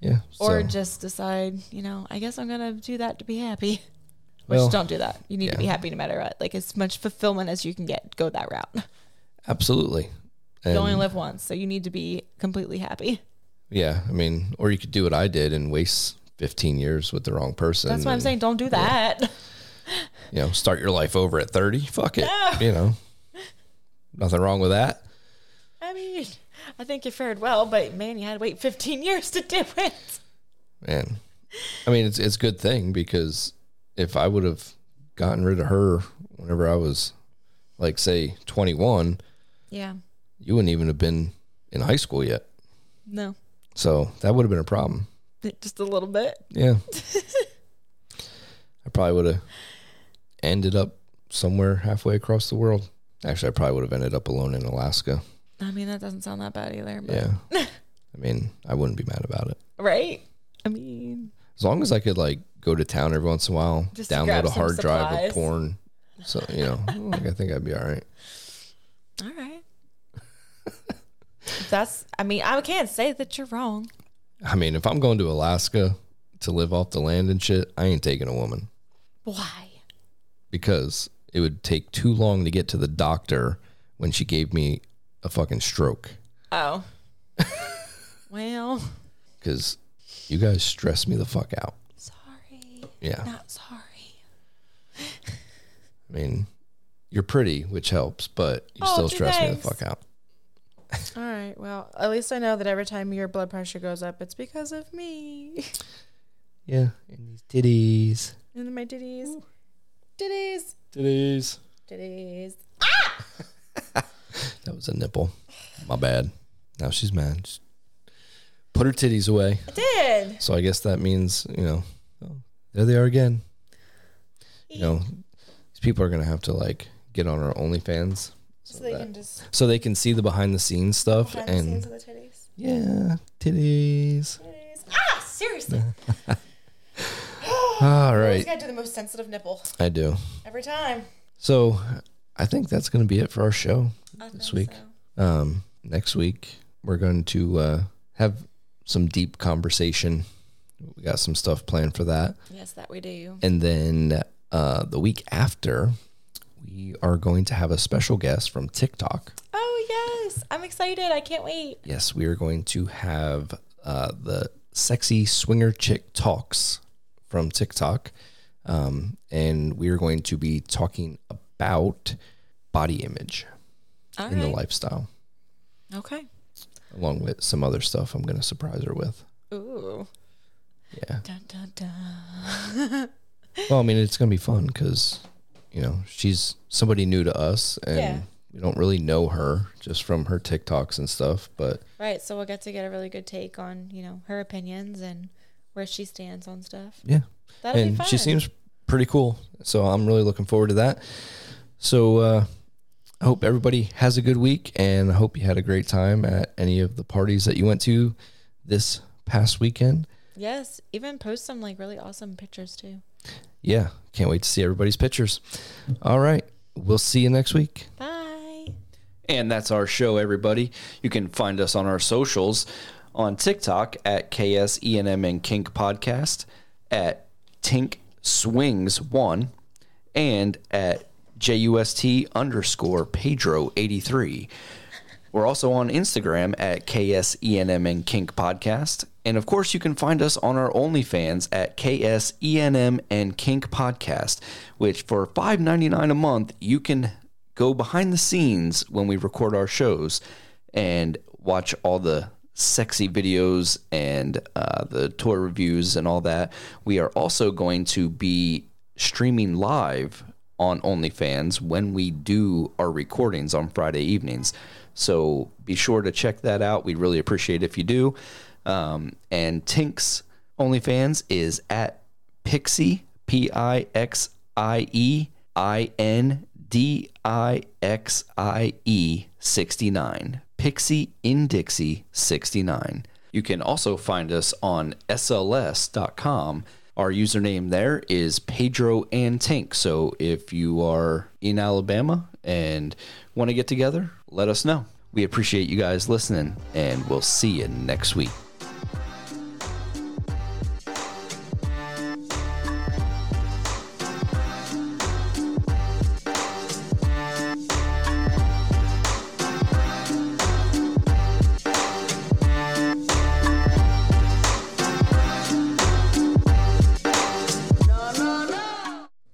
Speaker 1: yeah.
Speaker 2: or
Speaker 1: so,
Speaker 2: just decide you know i guess i'm gonna do that to be happy which
Speaker 1: Well,
Speaker 2: don't do that you need
Speaker 1: yeah.
Speaker 2: to be happy no matter what like as much fulfillment as you can get go that route
Speaker 1: absolutely.
Speaker 2: you only
Speaker 1: And,
Speaker 2: live once so you need to be completely happy
Speaker 1: yeah, I mean, or you could do what I did and waste 15 years with the wrong person.
Speaker 2: that's why i'm
Speaker 1: and,
Speaker 2: saying don't do that
Speaker 1: You know, start your life over at 30. Fuck it. You know, nothing wrong with that.
Speaker 2: i mean i think you fared well but man you had to wait 15 years to do it
Speaker 1: Man, I mean, it's it's a good thing because if I would have gotten rid of her whenever I was, like, say, 21,
Speaker 2: Yeah.
Speaker 1: you wouldn't even have been in high school yet.
Speaker 2: No.
Speaker 1: So that would have been a problem.
Speaker 2: Just a little bit.
Speaker 1: Yeah. I probably would have ended up somewhere halfway across the world. Actually, I probably would have ended up alone in Alaska.
Speaker 2: I mean, that doesn't sound that bad either. But,
Speaker 1: Yeah. I mean, I wouldn't be mad about it.
Speaker 2: Right? I mean,
Speaker 1: As long as I could like go to town every once in a while,
Speaker 2: Just to
Speaker 1: download
Speaker 2: grab
Speaker 1: a hard
Speaker 2: some
Speaker 1: drive of
Speaker 2: supplies.
Speaker 1: porn. So, you know, like, I think I'd be all right.
Speaker 2: all right. That's, I mean, I can't say that you're wrong.
Speaker 1: I mean, if I'm going to Alaska to live off the land and shit, I ain't taking a woman
Speaker 2: Why?
Speaker 1: because it would take too long to get to the doctor when she gave me a fucking stroke.
Speaker 2: Oh. well,
Speaker 1: Because you guys stress me the fuck out.
Speaker 2: sorry.
Speaker 1: Yeah.
Speaker 2: Not sorry.
Speaker 1: I mean, you're pretty, which helps, but you
Speaker 2: Oh,
Speaker 1: still
Speaker 2: gee,
Speaker 1: stress me the
Speaker 2: thanks.
Speaker 1: fuck out.
Speaker 2: All right. Well, at least I know that every time your blood pressure goes up, it's because of me
Speaker 1: Yeah. And these
Speaker 2: and my ditties. Ditties.
Speaker 1: titties.
Speaker 2: Ditties.
Speaker 1: Titties. That was a nipple. My bad. Now she's mad. Just put her titties away.
Speaker 2: I did.
Speaker 1: So I guess that means, you know, oh, there they are again. You know, these people are going to have to like get on our OnlyFans
Speaker 2: So they can just
Speaker 1: so they can see the behind the scenes stuff
Speaker 2: behind the
Speaker 1: and
Speaker 2: scenes of the titties.
Speaker 1: yeah, titties.
Speaker 2: Titties. Ah, seriously.
Speaker 1: All
Speaker 2: You
Speaker 1: Ah, right.
Speaker 2: gotta do the most sensitive nipple
Speaker 1: I do.
Speaker 2: every time.
Speaker 1: So I think that's going to be it for our show.
Speaker 2: I
Speaker 1: This
Speaker 2: think
Speaker 1: week.
Speaker 2: so.
Speaker 1: Um, next week we're going to uh, have some deep conversation. We got some stuff planned for that,
Speaker 2: Yes, that we do.
Speaker 1: and then uh, the week after, we are going to have a special guest from TikTok.
Speaker 2: Oh yes, I'm excited. I can't wait.
Speaker 1: Yes, we are going to have uh, the sexy swinger chick talks from TikTok, um, and we are going to be talking about body image
Speaker 2: All
Speaker 1: in the
Speaker 2: right.
Speaker 1: lifestyle,
Speaker 2: Okay.
Speaker 1: along with some other stuff. I'm going to surprise her with.
Speaker 2: Ooh.
Speaker 1: Yeah.
Speaker 2: Dun, dun, dun.
Speaker 1: Well, I mean, it's gonna be fun because, you know, she's somebody new to us, and
Speaker 2: Yeah.
Speaker 1: we don't really know her just from her TikToks and stuff. But
Speaker 2: Right. So we'll get to get a really good take on you know her opinions and where she stands on stuff.
Speaker 1: yeah,
Speaker 2: That'll be
Speaker 1: and
Speaker 2: fun.
Speaker 1: she seems pretty cool, so I'm really looking forward to that. So uh, I hope everybody has a good week, and I hope you had a great time at any of the parties that you went to this past weekend.
Speaker 2: Yes. Even post some like really awesome pictures too.
Speaker 1: Yeah, can't wait to see everybody's pictures. All right, we'll see you next week.
Speaker 2: Bye.
Speaker 3: And that's our show, everybody. You can find us on our socials on TikTok at KSENM and Kink Podcast, at Tink Swings One, and at JUST underscore Pedro 83. We're also on Instagram at KSENM and Kink Podcast. And of course, you can find us on our OnlyFans at KSENM and Kink Podcast, which for $5.99 a month, you can go behind the scenes when we record our shows and watch all the sexy videos and uh, the tour reviews and all that. We are also going to be streaming live on OnlyFans when we do our recordings on Friday evenings. So be sure to check that out. We'd really appreciate it if you do. Um, and Tink's OnlyFans is at Pixie, P I X I E I N D I X I E 69. Pixie in Dixie 69. You can also find us on SLS.com. Our username there is Pedro and Tank. So if you are in Alabama and want to get together, let us know. We appreciate you guys listening, and we'll see you next week.